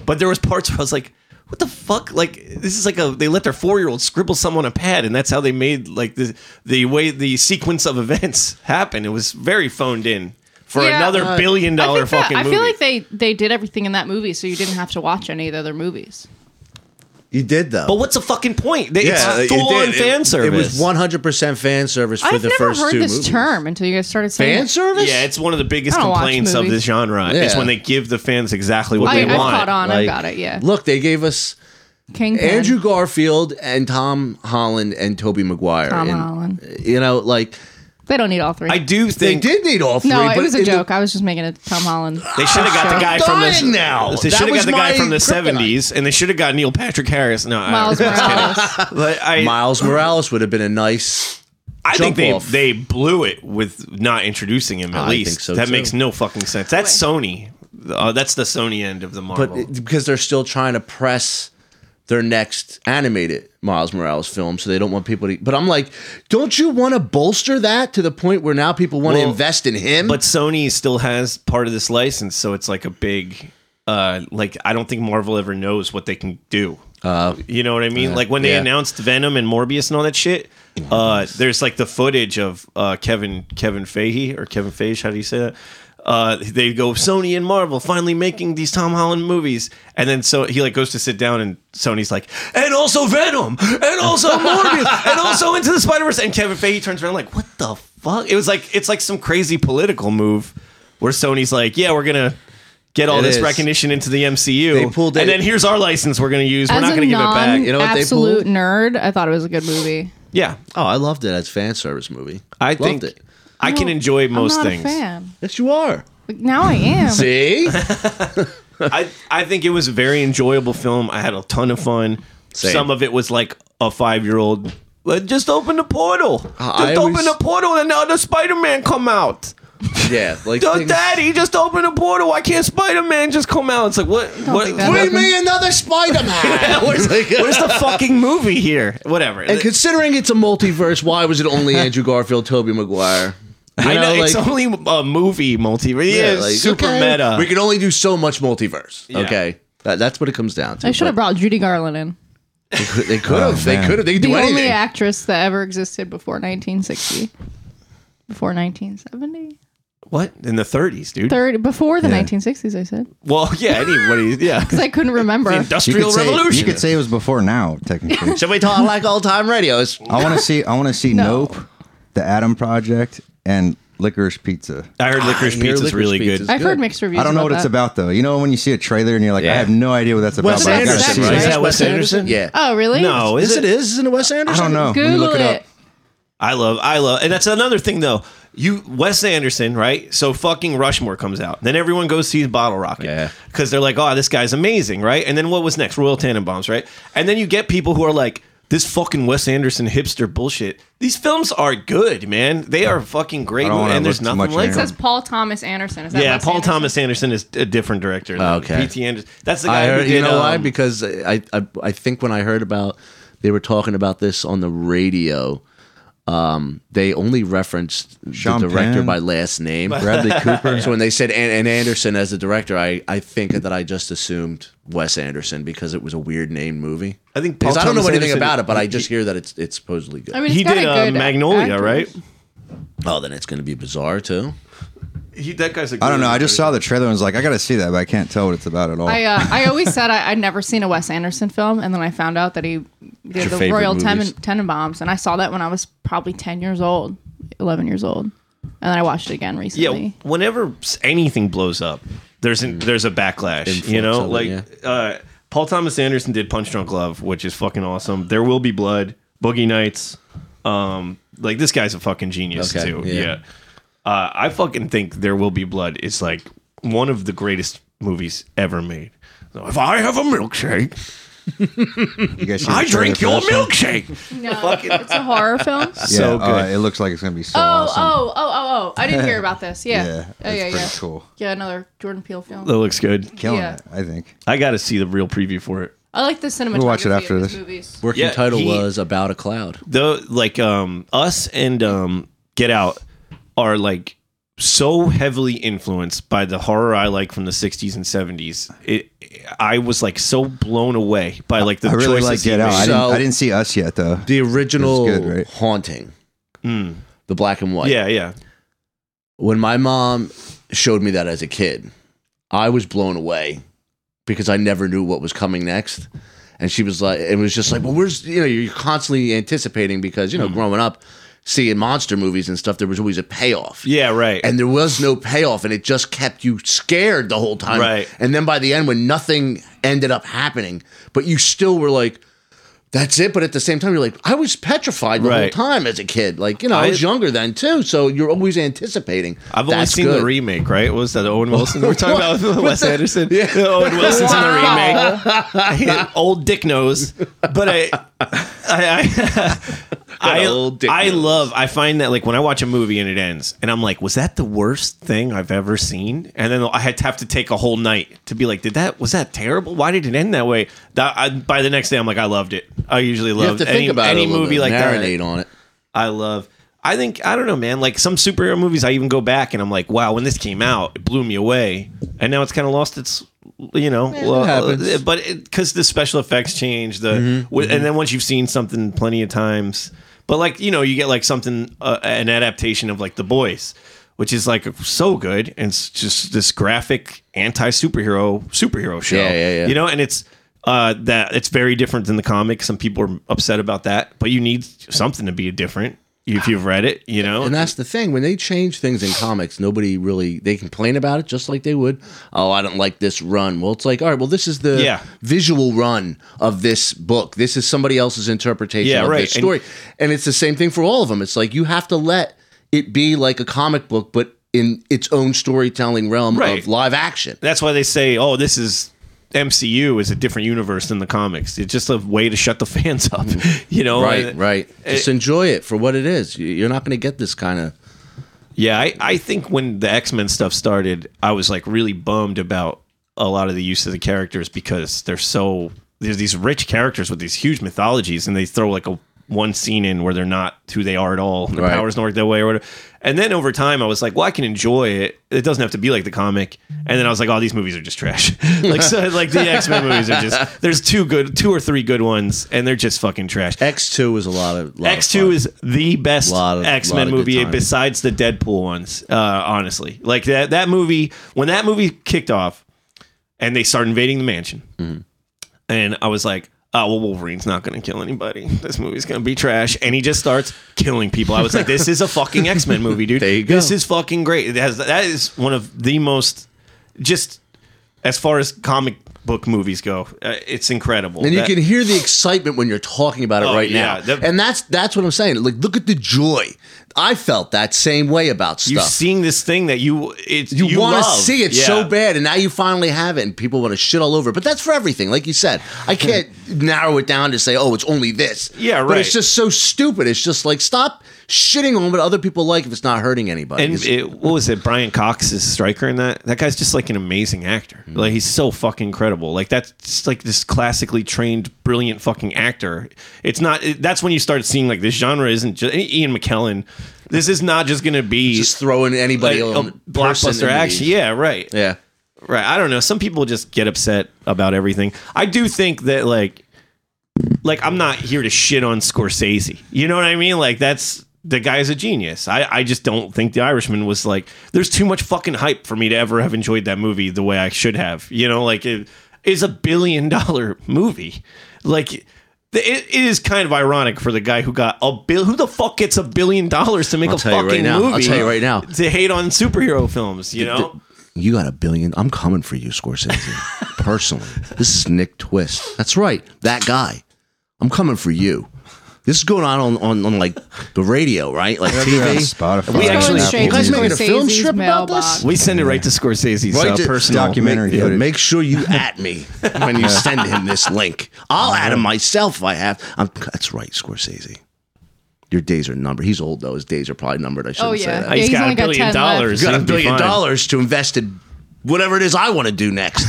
But there was parts where I was like. What the fuck? Like this is like a they let their four year old scribble something on a pad, and that's how they made like the the way the sequence of events happen. It was very phoned in for Yeah. another Uh, billion I, dollar think that- fucking I movie. feel like they they did everything in that movie, so you didn't have to watch any of the other movies. You did though. But what's the fucking point? They, it it's full on did. It- fan service. It was 100% fan service for I've the never first heard two this movies. term until you guys started saying Fan it. service? Yeah, it's one of the biggest I don't watch complaints of movies. this genre. It's Yeah. when they give the fans exactly what I, they I've want. caught on. Like, I've got it. Yeah, Look, they gave us Kingpin. Andrew Garfield and Tom Holland and Toby Maguire. Tom and, Holland. You know, like They don't need all three. I do they think they, did need all three. no, it but was a in the- joke. I was just making a Tom Holland. should have got the guy I'm from the dying now. They That should have was got the guy my from the kryptonite. seventies, and they should have got Neil Patrick Harris. No, I- Miles Morales. But I, Miles Morales would have been a nice. I think jump they off. they blew it with not introducing him. At I least think so, that too. makes no fucking sense. That's Sony. Uh, that's the Sony end of the Marvel. But it- because they're still trying to press their next animated Miles Morales film, so they don't want people to. But I'm like, don't you want to bolster that to the point where now people want to Well, invest in him? but Sony still has part of this license, so it's like a big, uh, like I don't think Marvel ever knows what they can do. Uh, you know what I mean? like when they yeah. announced Venom and Morbius and all that shit, uh, there's like the footage of uh, Kevin Kevin Feige or Kevin Feige, how do you say that? Uh, they go Sony and Marvel finally making these Tom Holland movies, and then so he like goes to sit down, and Sony's like, and also Venom, and also Morbius, and also Into the Spider Verse, and Kevin Feige turns around like, what the fuck? It was like it's like some crazy political move where Sony's like, yeah, we're gonna get all It this is. recognition into the MCU, They pulled and it- then here's our license we're gonna use. We're As not a gonna give it non back. You know what they absolute pulled? nerd, I thought it was a good movie. yeah, oh, I loved it as fan service movie. I loved think it. I can enjoy most I'm not things. a fan. Yes, you are. Like, now I am. See, I, I think it was a very enjoyable film. I had a ton of fun. Same. Some of it was like a five year old. Just open the portal. Just I open always- the portal and now the Spider Man come out. yeah, like The things- daddy just open the portal. Why can't Spider Man just come out? It's like what? what think that where- Bring me another Spider Man. where's the fucking movie here? Whatever. And considering it's a multiverse, why was it only Andrew Garfield, Toby Maguire? You I know, it's like- only a movie multiverse. Yeah, like, super okay, meta. We can only do so much multiverse. Yeah. Okay, that, that's what it comes down to. I should have But brought Judy Garland in, They could Oh, have. they man. could have. They could the do only anything. actress that ever existed before 1960, before 1970, what in the 30s, dude? thirty before the 1960s. I said Well, yeah, anybody. Yeah, because I couldn't remember. You Industrial could, say, Revolution. you could say it was before now, technically. Should we talk like old time radios? I want to see. I want to see No. Nope, The Atom Project, and Licorice Pizza. I heard licorice I hear pizza's licorice really pizza's- good. I've heard mixed reviews. I don't know what about it's that. about though. You know when you see a trailer and you're like, Yeah. I have no idea what that's about. Wes but I gotta Anderson, see right? it. Is that Wes Anderson? Yeah. Oh, really? No, is is it? Is it Wes I Anderson? don't know. Let me Google look it. it up. I love, I love, and that's another thing though. You Wes Anderson, right? So fucking Rushmore comes out, then everyone goes sees Bottle Yeah. Rocket because they're like, "Oh, this guy's amazing," right? And then what was next? Royal Tannenbaums, right? And then you get people who are like, this fucking Wes Anderson hipster bullshit. These films are good, man. They are fucking great, I don't wanna and there's look too nothing much like It into them. says Paul Thomas Anderson. Is that Yeah, Wes Paul Anderson? Thomas Anderson is a different director. Oh, Than Okay. P.T. Anderson. That's the guy I heard, who did. you know why? um, Because I, I I think when I heard about they were talking about this on the radio, um, they only referenced Sean the director Penn. by last name. Bradley Cooper. So when they said An- and Anderson as the director, I, I think that I just assumed Wes Anderson because it was a weird name movie. I think Paul Because I don't know Thomas anything Anderson- about it, but I just hear that it's it's supposedly good. I mean, it's he got did a uh, good Magnolia, actor. right? oh, then it's going to be bizarre too. He, that guy's. A I don't know. I just saw the trailer and was like, I gotta see that, but I can't tell what it's about at all. I uh, I always said I, I'd never seen a Wes Anderson film, and then I found out that he your did the favorite Royal Tenen- movies? Tenenbaums, and I saw that when I was probably ten years old, eleven years old, and then I watched it again Yeah, recently. whenever s- anything blows up, there's an, there's a backlash. you know, of it, like yeah. uh, Paul Thomas Anderson did Punch Drunk Love, which is fucking awesome. There will be blood, Boogie Nights. Um, like this guy's a fucking genius Okay, too. yeah. Yeah, Uh, I fucking think There Will Be Blood is like one of the greatest movies ever made. So if I have a milkshake, You guys see the I trailer drink for your this one? milkshake. No, it's a horror film. Yeah, So oh, good. it looks like it's gonna be so Oh, awesome. oh, oh, oh, oh! I didn't hear about this. Yeah, Yeah, oh, that's yeah, pretty yeah. cool. Yeah, another Jordan Peele film. that looks good. Killing Yeah. it, I think. I got to see the real preview for it. I like the cinematography. We'll watch it after of his this. Movies. Working Yeah, title he- was about a cloud. the like um us and um get out are like so heavily influenced by the horror I like from the 60s and 70s. It I was like so blown away by like the I really choices like he Get Out. made. I, So- didn't, I didn't see Us yet though. The original It's good, right? haunting, Hmm. the black and white. Yeah, yeah. when my mom showed me that as a kid, I was blown away because I never knew what was coming next. And she was like, it was just like, well, where's, you know, you're constantly anticipating because, you Mm-hmm. know, growing up, seeing monster movies and stuff, there was always a payoff. Yeah, right. And there was no payoff, and it just kept you scared the whole time. Right. And then by the end, when nothing ended up happening, but you still were like, that's it. But at the same time, you're like, I was petrified the whole Right. time as a kid. Like, you know, I, I- was younger then too. So you're always anticipating. I've only That's seen good. the remake, right? What was that Owen Wilson? We're talking What? about Wes Anderson. Yeah. Owen Wilson's in the remake. Old dick nose. But I I I, old dick I, I nose. love I find that like when I watch a movie and it ends and I'm like, was that the worst thing I've ever seen? And then I had to have to take a whole night to be like, did that was that terrible? Why did it end that way? That I, by the next day I'm like, I loved it. I usually You have love to think any, about any it a little movie bit, like that. marinate on it. I love. I think I don't know, man. Like some superhero movies, I even go back and I'm like, wow, when this came out, it blew me away, and now it's kind of lost its, you know, well, happens. Mm-hmm, uh, but because the special effects change, the wi- and then once you've seen something plenty of times, but like you know, you get like something uh, an adaptation of like The Boys, which is like so good, and it's just this graphic anti superhero superhero show, Yeah, yeah, yeah. you know, and it's. Uh, that it's very different than the comic. Some people are upset about that, but you need something to be different if you've read it, you know. And that's the thing. When they change things in comics, nobody really they complain about it just like they would. Oh, I don't like this run. Well, it's like, all right, well, this is the Yeah. visual run of this book. This is somebody else's interpretation Yeah, of right. this And- story. and it's the same thing for all of them. It's like you have to let it be like a comic book, but in its own storytelling realm Right. of live action. that's why they say, "Oh, this is MCU is a different universe than the comics." It's just a way to shut the fans up, you know. Right, And- right. Just enjoy it for what it is. You- You're not going to get this kind of Yeah, I, I think when the X Men stuff started, I was like really bummed about a lot of the use of the characters because they're so there's these rich characters with these huge mythologies, and they throw like a one scene in where they're not who they are at all. and Their Right. powers don't work that way or whatever. And then over time, I was like, well, I can enjoy it. It doesn't have to be like the comic. And then I was like, oh, these movies are just trash. like so, like the X Men movies are just there's two good, two or three good ones, and they're just fucking trash. X two is a lot of lot of X fun. Two is the best Lot of- X lot of Men good movie times. besides the Deadpool ones. Uh, honestly, like that that movie when that movie kicked off, and they start invading the mansion, Mm-hmm. and I was like. Oh well, Wolverine's not going to kill anybody. This movie's going to be trash, and he just starts killing people. I was like, "This is a fucking X Men movie, dude. There you go. This is fucking great." It has that is one of the most, just as far as comic book movies go, uh, it's incredible. And That- you can hear the excitement when you're talking about it Oh, right yeah, now. that- and that's that's what I'm saying. Like, look at the joy I felt that same way about stuff. You're seeing this thing that you it's you, want to love. see it Yeah. so bad, and now you finally have it, and people want to shit all over. it. But that's for everything, like you said. I can't narrow it down to say, oh, it's only this. Yeah, But right. it's just so stupid. It's just like stop shitting on what other people like if it's not hurting anybody. And It's- it, what was it? Brian Cox is striker in that. That guy's just like an amazing actor. Mm-hmm. Like he's so fucking incredible. Like that's just like this classically trained, brilliant fucking actor. It's not. It, that's when you start seeing like this genre isn't just Ian McKellen. This is not just gonna be just throwing like, anybody a on person into blockbuster action. these. Yeah, right. yeah. Right. I don't know. Some people just get upset about everything. I do think that like like I'm not here to shit on Scorsese. You know what I mean? Like that's the guy's a genius. I, I just don't think The Irishman was like there's too much fucking hype for me to ever have enjoyed that movie the way I should have. You know, like it is a billion dollar movie. Like it, it is kind of ironic for the guy who got a bill. Who the fuck gets a billion dollars to make I'll a tell you fucking right now. I'll movie? tell you right now. to hate on superhero films. You know, You got a billion. I'm coming for you, Scorsese. Personally, this is Nick Twist. That's right, that guy. I'm coming for you. This is going on on, on, on like the radio, right? Like They're on TV. Spotify. We and actually- Apple You guys Music. made made a film strip about this? We send it right to Scorsese's Right uh, to- personal documentary Yeah, footage. make sure you at me when you send him this link. I'll at Uh-huh. him myself. If I have. I'm, that's right, Scorsese. Your days are numbered. He's old though. His days are probably numbered. I shouldn't Oh, say yeah. that. He's he's got only a got billion 10 left. dollars. got a He'll be billion fine. dollars to invest in whatever it is I want to do next.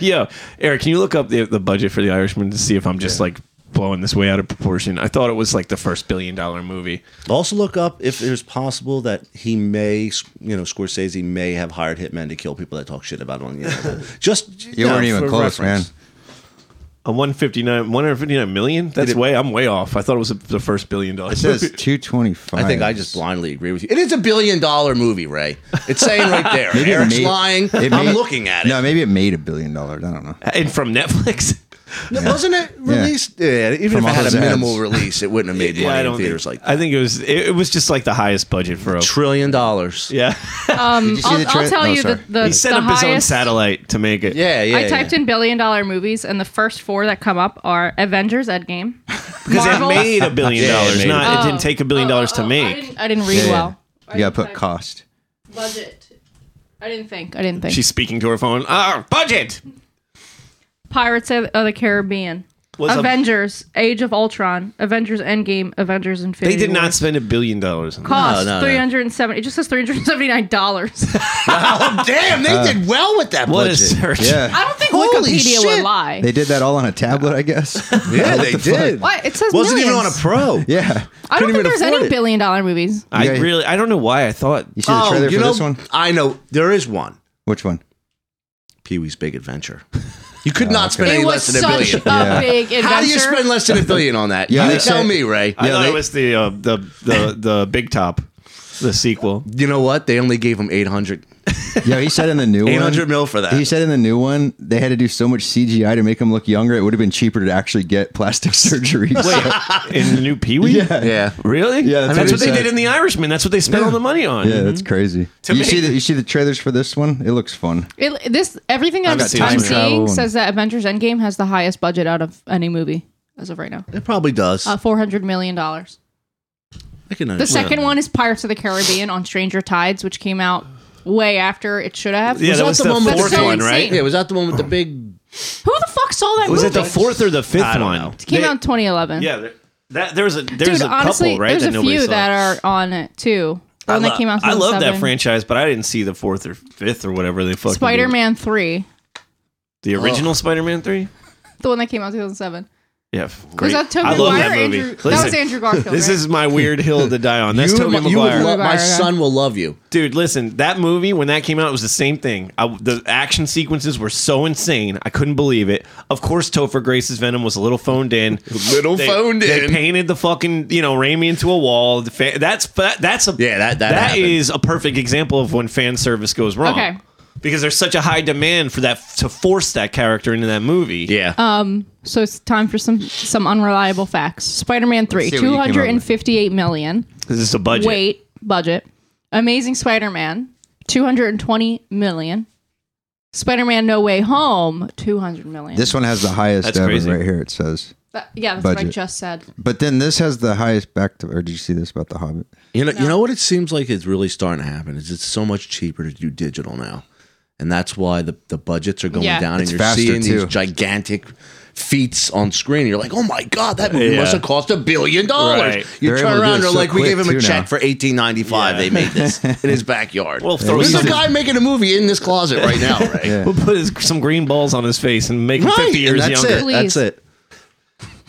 Yo, Eric, can you look up the, the budget for The Irishman to see if I'm just like blowing this way out of proportion? I thought it was like the first billion dollar movie. Also, look up if it was possible that he may, you know, Scorsese may have hired hitmen to kill people that talk shit about him on the internet. Just You weren't even close, man. A 159, 159 million? That's way, I'm way off. I thought it was the first billion dollar It says two twenty five. I think I just blindly agree with you. It is a billion dollar movie, Ray. It's saying right there. Maybe it Eric's made- lying. it I'm made- looking at it. No, maybe it made a billion dollars. I don't know. And from Netflix? No, Wasn't it released? Yeah, even From if it all had a those ads. minimal release, it wouldn't have made money in theaters think, like that. I think it was, it, it was just like the highest budget for a. Trillion dollars. yeah. Um, you see I'll, the I'll tra- tell Oh, you sorry. the, the, He set the up highest, his own satellite to make it. Yeah, yeah. I typed in billion dollar movies, and the first four that come up are Avengers Endgame. Because it Marvel. made a billion Yeah, it dollars. made Not, Oh, it didn't take a billion oh, dollars oh, to oh, make. I didn't, I didn't read well. I You gotta didn't put type cost. budget. I didn't think. I didn't think. She's speaking to her phone. Ah, budget! Pirates of of the Caribbean. Was a- Avengers, Age of Ultron, Avengers Endgame, Avengers Infinity. They did War. not spend a billion dollars on that. cost No, no, no. three hundred and seventy. It just says three hundred and seventy nine dollars. Oh, damn, they Uh, did well with that What a budget. search. Yeah, I don't think Holy Wikipedia shit. would lie. they did that all on a tablet, I guess. Yeah, they did. what it says Wasn't even millions. on a pro. Yeah, I don't couldn't think even there's afford any it. billion dollar movies. I Yeah. really, I don't know why I thought. you see the trailer for this one? I Oh, know there is one. Which one? Pee Wee's Big Adventure. You could not spend any it less was than a such billion. a Yeah. big adventure. How do you spend less than a billion on that? Yeah, you they tell say- me, Ray. I thought they- it was the uh, the the the Big Top, the sequel. You know what? They only gave him eight hundred. Yeah, he said in the new one. 800 mil for that. He said in the new one, they had to do so much CGI to make him look younger. It would have been cheaper to actually get plastic surgery. So- in the new Pee Wee. Yeah. Yeah. Really? Yeah, that's that's, what what he they said. did in The Irishman. That's what they spent all the money on. Mm-hmm. yeah, that's crazy. you me- see the you see the trailers for this one? It looks fun. It, this everything I'm, got time I'm travel seeing and- says that Avengers Endgame has the highest budget out of any movie as of right now. It probably does. Uh, four hundred million dollars. I can The second one is Pirates of the Caribbean on Stranger Tides, which came out way after it should have. Yeah, that was was that the the one with the fourth so one, insane. right? Yeah, was that the one with the big? Who the fuck saw that Was movie? it the fourth or the fifth don't one? know. It came They- out in 2011. Yeah, there, that there's a there's Dude, a honestly, couple right there's that a nobody few saw. that are on it too. The one that came out. in I love that 2007. franchise, but I didn't see the fourth or fifth or whatever they fucking. Spider-Man Oh. Three, did. the original Spider-Man three. the one that came out in 2007. Yeah, f- great. that Tobey I love Maguire that or movie. Andrew- that was Andrew Garfield, This right? is my weird hill to die on. That's Tobey you would Maguire. love, my Maguire, yeah. son will love you. Dude, listen, that movie when that came out it was the same thing. I, the action sequences were so insane, I couldn't believe it. Of course, Topher Grace's Venom was a little phoned in. Little They- phoned They in. painted the fucking you know Raimi into a wall. The fa- that's fa- that's a Yeah, that- that that happened. is a perfect example of when fan service goes wrong. Okay. Because there's such a high demand for that to force that character into that movie. Yeah. So it's time for some some unreliable facts. Spider-Man Three, see what you two came up with. hundred and fifty-eight million. this is a budget. Wait, budget. Amazing Spider-Man, two hundred and twenty million. Spider-Man No Way Home, two hundred million. This one has the highest That's ever crazy. right here. It says That- yeah, that's what I Budget. just said. But then this has the highest back to. Or did you see this about the Hobbit? You know, you know what it seems like is really starting to happen is it's so much cheaper to do digital now, and that's why the, the budgets are going Yeah. down, It's and you're faster, seeing too. these gigantic feats on screen. You're like, oh my god, that movie Yeah. must have cost a billion dollars. Right. You They're able turn to do around, it they're so like, we quick, gave him a too, check now. for eighteen ninety five. Yeah. They made this in his backyard. Well, throw there's a some- guy making a movie in this closet right now, right? We'll put his, some green balls on his face and make him Right, 50 and years that's younger. it. That's Please. it.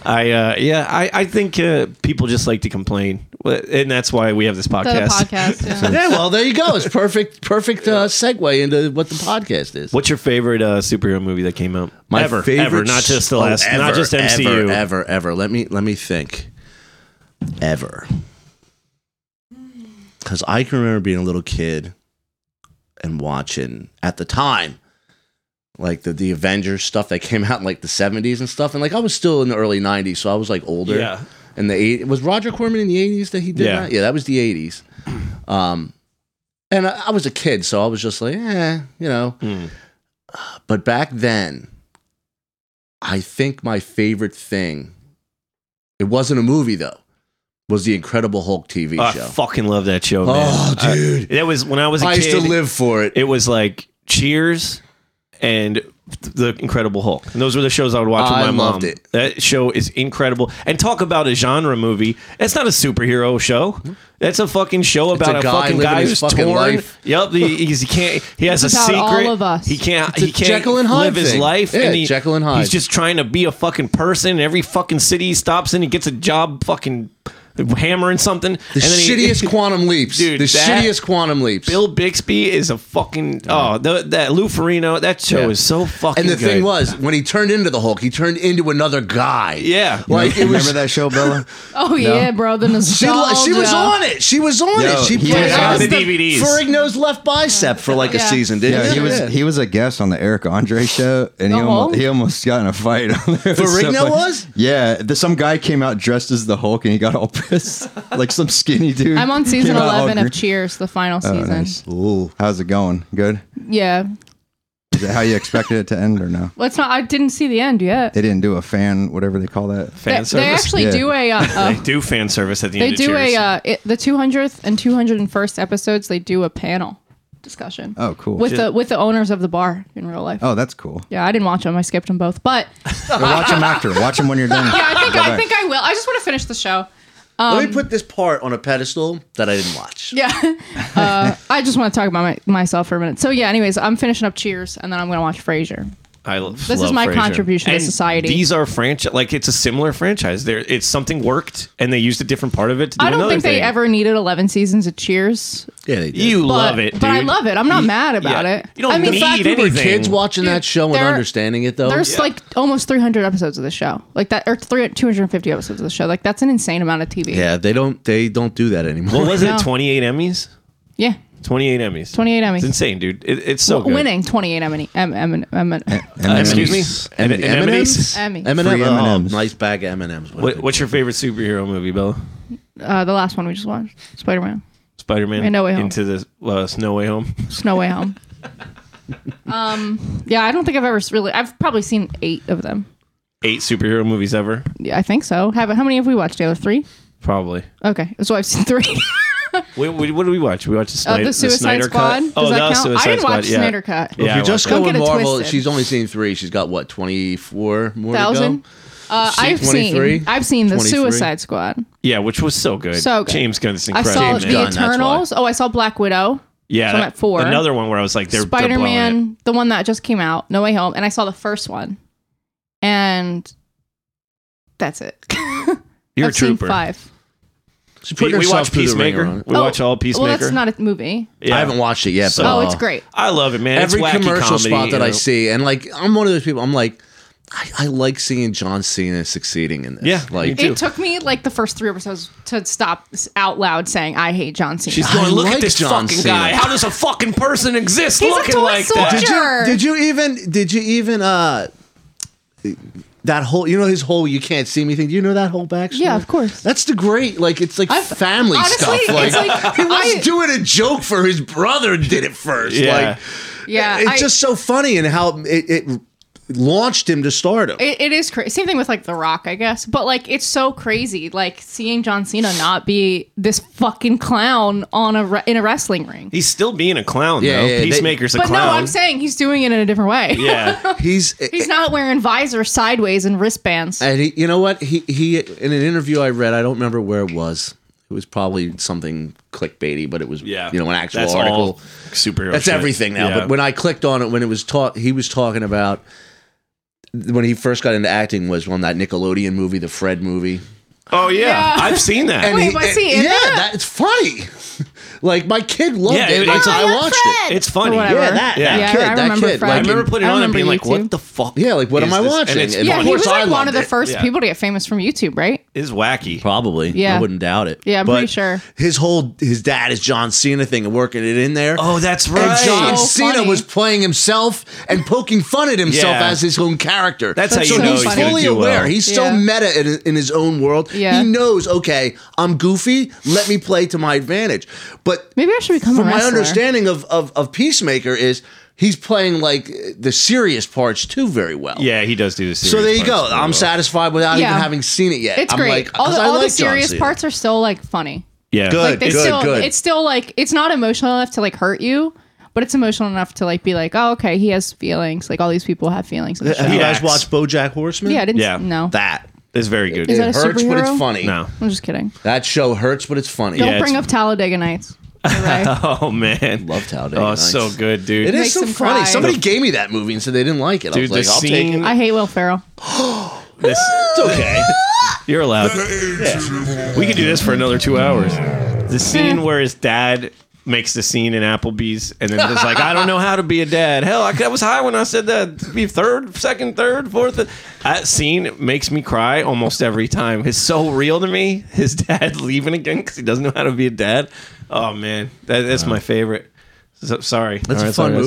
I uh, yeah, I I think uh, people just like to complain, Well, and that's why we have this The podcast. podcast. Yeah. Yeah, well, there you go. It's perfect, perfect uh, segue into what the podcast is. What's your favorite uh, superhero movie that came out? ever, ever, not just the oh, last, not ever, just MCU. Ever, ever, ever. Let me let me think. Ever, because I can remember being a little kid and watching at the time, like the the Avengers stuff that came out in like the seventies and stuff, and like I was still in the early nineties, so I was like older. Yeah. And the eight was Roger Corman in the eighties that he did Yeah. that. Yeah, that was the eighties. Um, and I, I was a kid, so I was just like, eh, you know. But back then, I think my favorite thing, it wasn't a movie though, was the Incredible Hulk TV I show. fucking love that show, man. Oh, dude. That was when I was a I kid. used to live for it. It was like Cheers and The Incredible Hulk. And those were the shows I would watch I with my loved mom. it. That show is incredible. And talk about a genre movie. That's not a superhero show. That's a fucking show about a a, guy fucking living guy his who's fucking torn. life. Yep, he, he's, he can't. He has It's a secret. about all of us. He can't. a He can't Jekyll and Hyde live his thing. life. Yeah, and he, Jekyll and Hyde. He's just trying to be a fucking person. And every fucking city he stops in, he gets a job, fucking hammering something. the and then he- shittiest quantum leaps. Dude, the that- shittiest quantum leaps. Bill Bixby is a fucking oh the, that Lou Ferrino that show Yeah. is so fucking. and the thing good. was, when he turned into the Hulk, he turned into another guy. Yeah. Like it was Remember that show, Bella? Oh yeah, bro. The She, nostalgia. she was on it. She was on Yo, it. She he played was out on the the DVDs. Ferrigno's left bicep for like a Yeah. season, didn't Yeah, it? he was he was a guest on the Eric Andre show, and he The Hulk? almost, he almost got in a fight. On there. It was Ferrigno funny. was? Yeah, the, some guy came out dressed as the Hulk, and he got all pissed, like some skinny dude. I'm on Came season out all 11 gr- of Cheers, the final season. Oh, nice. How's it going? Good. Yeah. Is it how you expected it to end, or no? Well, it's not. I didn't see the end yet. They didn't do a fan, whatever they call that. They, fan they service. actually Yeah. do a. Uh, uh, they do fan service at the they end. do of Cheers. a. Uh, it, the 200th and 201st episodes. They do a panel discussion. Oh, cool. With the with the owners of the bar in real life. Oh, that's cool. Yeah, I didn't watch them. I skipped them both. But yeah, Or watch him after. Watch him when you're done. I think Go I back. think I will. I just want to finish the show. Let me put this part on a pedestal that I didn't watch. Yeah. Uh, I just want to talk about my, myself for a minute. So yeah. Anyways, I'm finishing up Cheers, and then I'm gonna watch Frasier. I lo- love is my contribution to And society. These are franchise like it's a similar franchise. There, it's something worked, and they used a different part of it to do I don't another think thing. they ever needed 11 seasons of Cheers. Yeah, they did. You But, love it, dude. but I love it. I'm not mad about yeah. it. You don't I mean, need the fact it. we were anything. kids watching that show and there- understanding it though. there's like almost 300 episodes of the show, like that, or 300, 250 episodes of the show. Like that's an insane amount of TV. yeah, they don't they don't do that anymore. What was No. it? Twenty eight Emmys. yeah, Twenty eight Emmys. 28 Emmys. It's insane, dude. It, it's so good. winning 28 Emmy, Em, Em, Em, Em, Uh, M&Ms. excuse me. M- And- and M&Ms? Emmy. M and Free M's, M&Ms. nice bag of M and M's. What, what's your favorite superhero movie, Bella? Uh, the last one we just watched, Spider Man, Spider Man. And No Way Home. Into the uh, Snow Way Home. Snow Way Home. um, yeah, I don't think I've ever s- really. I've probably seen eight of them. Eight superhero movies ever. Yeah, I think so. Have how many have we watched? Taylor, three. Probably. Okay, so I've seen three. Wait, wait, what do we watch? We watched the, Uh, Snyder, the Suicide Snyder Squad. Cut. Does Oh, that count? I didn't watch Snyder Cut. Yeah, if you're I just watched Don't going get it Marvel, twisted. she's only seen three. She's got what twenty four more Thousand. to Uh, See, I've 23? seen. I've seen the 23? Suicade Squad. Yeah, which was so good. So good. James Gunn's I incredible. saw James the Gunn, that's why. Eternals. Oh, I saw Black Widow. yeah, so I'm at four. Another one where I was like, they're Spider They're Man, the one that just came out, No Way Home, and I saw the first one, and that's it. You're I've a trooper. Seen five. go. She's We, putting we herself watch through the ringer on Peacemaker. it. We Oh, watch all Peacemaker. Well, that's not a movie. yeah. I haven't watched it yet. So- but, Oh, it's uh, great. I love it, man. every it's wacky commercial comedy, spot that you I know. see, and like I'm one of those people. I'm like, I, I like seeing John Cena succeeding in this. Yeah, me like too. It took me like the first three episodes to stop s- out loud saying I hate John Cena. She's I going, look like at this John fucking Cena. guy. How does a fucking person exist He's a looking toy like soldier. that? did you Sure. did you even did you even uh that whole you know his whole you can't see me thing do you know that whole backstory Yeah, of course. that's the great like it's like I've- family honestly, stuff like, it's like- he was I- doing a joke for his brother did it first Yeah. like yeah, it's I- just so funny and how it, it launched him to stardom. It, it is crazy. Same thing with like The Rock, I guess. But like, it's so crazy. Like seeing John Cena not be this fucking clown on a re- in a wrestling ring. He's still being a clown Yeah, though. yeah, they- Peacemaker's a But clown. no, I'm saying he's doing it in a different way. yeah, He's He's not wearing visors sideways and wristbands. And he, you know what? He he in an interview I read, I don't remember where it was. It was probably something clickbaity, but it was yeah. you know an actual That's all article. superhero. That's shit. everything now. Yeah. But when I clicked on it, when it was taught, he was talking about when he first got into acting was on that Nickelodeon movie, the Fred movie. oh yeah, Yeah. I've seen that. Wait, but I see it. Yeah, that's funny. like my kid loved Yeah, it. it- Like, it's- I Oh, watched it. it's funny. Or Yeah, whatever. that, Yeah. that Yeah, kid, I that remember kid. Fred. Like, I remember and- putting it I on and remember being like, you too. "What the fuck?" yeah, like what is am I this? watching? And it's And Yeah, of he course was I like one loved of the it. first Yeah. people to get famous from YouTube, right? is wacky. Probably. Yeah. I wouldn't doubt it. Yeah, I'm pretty sure. His whole his dad is John Cena thing and working it in there. Oh, that's and right. John So Cena funny. was playing himself and poking fun at himself Yeah. as his own character. That's how so you know he's he's gonna fully do well. aware. He's so Yeah. meta in, in his own world. Yeah. He knows, okay, I'm goofy. Let me play to my advantage. But Maybe I should become a from my wrestler. understanding of, of of Peacemaker is he's playing like the serious parts too very well. yeah, he does do the. So there serious you go. parts really I'm well. satisfied without Yeah. even having seen it yet. It's I'm great. Like, all 'cause the, I all like the John serious Cena. parts are still like funny. Yeah, Good, Like they good, still, good. it's still like it's not emotional enough to like hurt you, but it's emotional enough to like be like, oh, okay, he has feelings. Like all these people have feelings. in the show. Have you guys Yes. watched BoJack Horseman? Yeah, I didn't. Yeah. No, Uh, That it's very good. Is that it a hurts, but superhero? it's funny. no. I'm just kidding. That show hurts, but it's funny. Don't Yeah, bring it's- up Talladega Nights. Right? Oh man, Love Talladega Oh, Nights. so good, dude. It Makes is so them funny. cry. Somebody gave me that movie and said they didn't like it. I Dude, was the like, I'll take scene. it. I hate Will Ferrell. This, It's okay. you're allowed. Yeah. We could do this for another two hours. The scene where his dad makes the scene in Applebee's and then it's like, I don't know how to be a dad. Hell, I, I was high when I said that. Be third, second, third, fourth. That scene makes me cry almost every time. It's so real to me. His dad leaving again because he doesn't know how to be a dad. Oh man, that, that's my favorite. So, sorry, That's All a right, fun sorry, guys.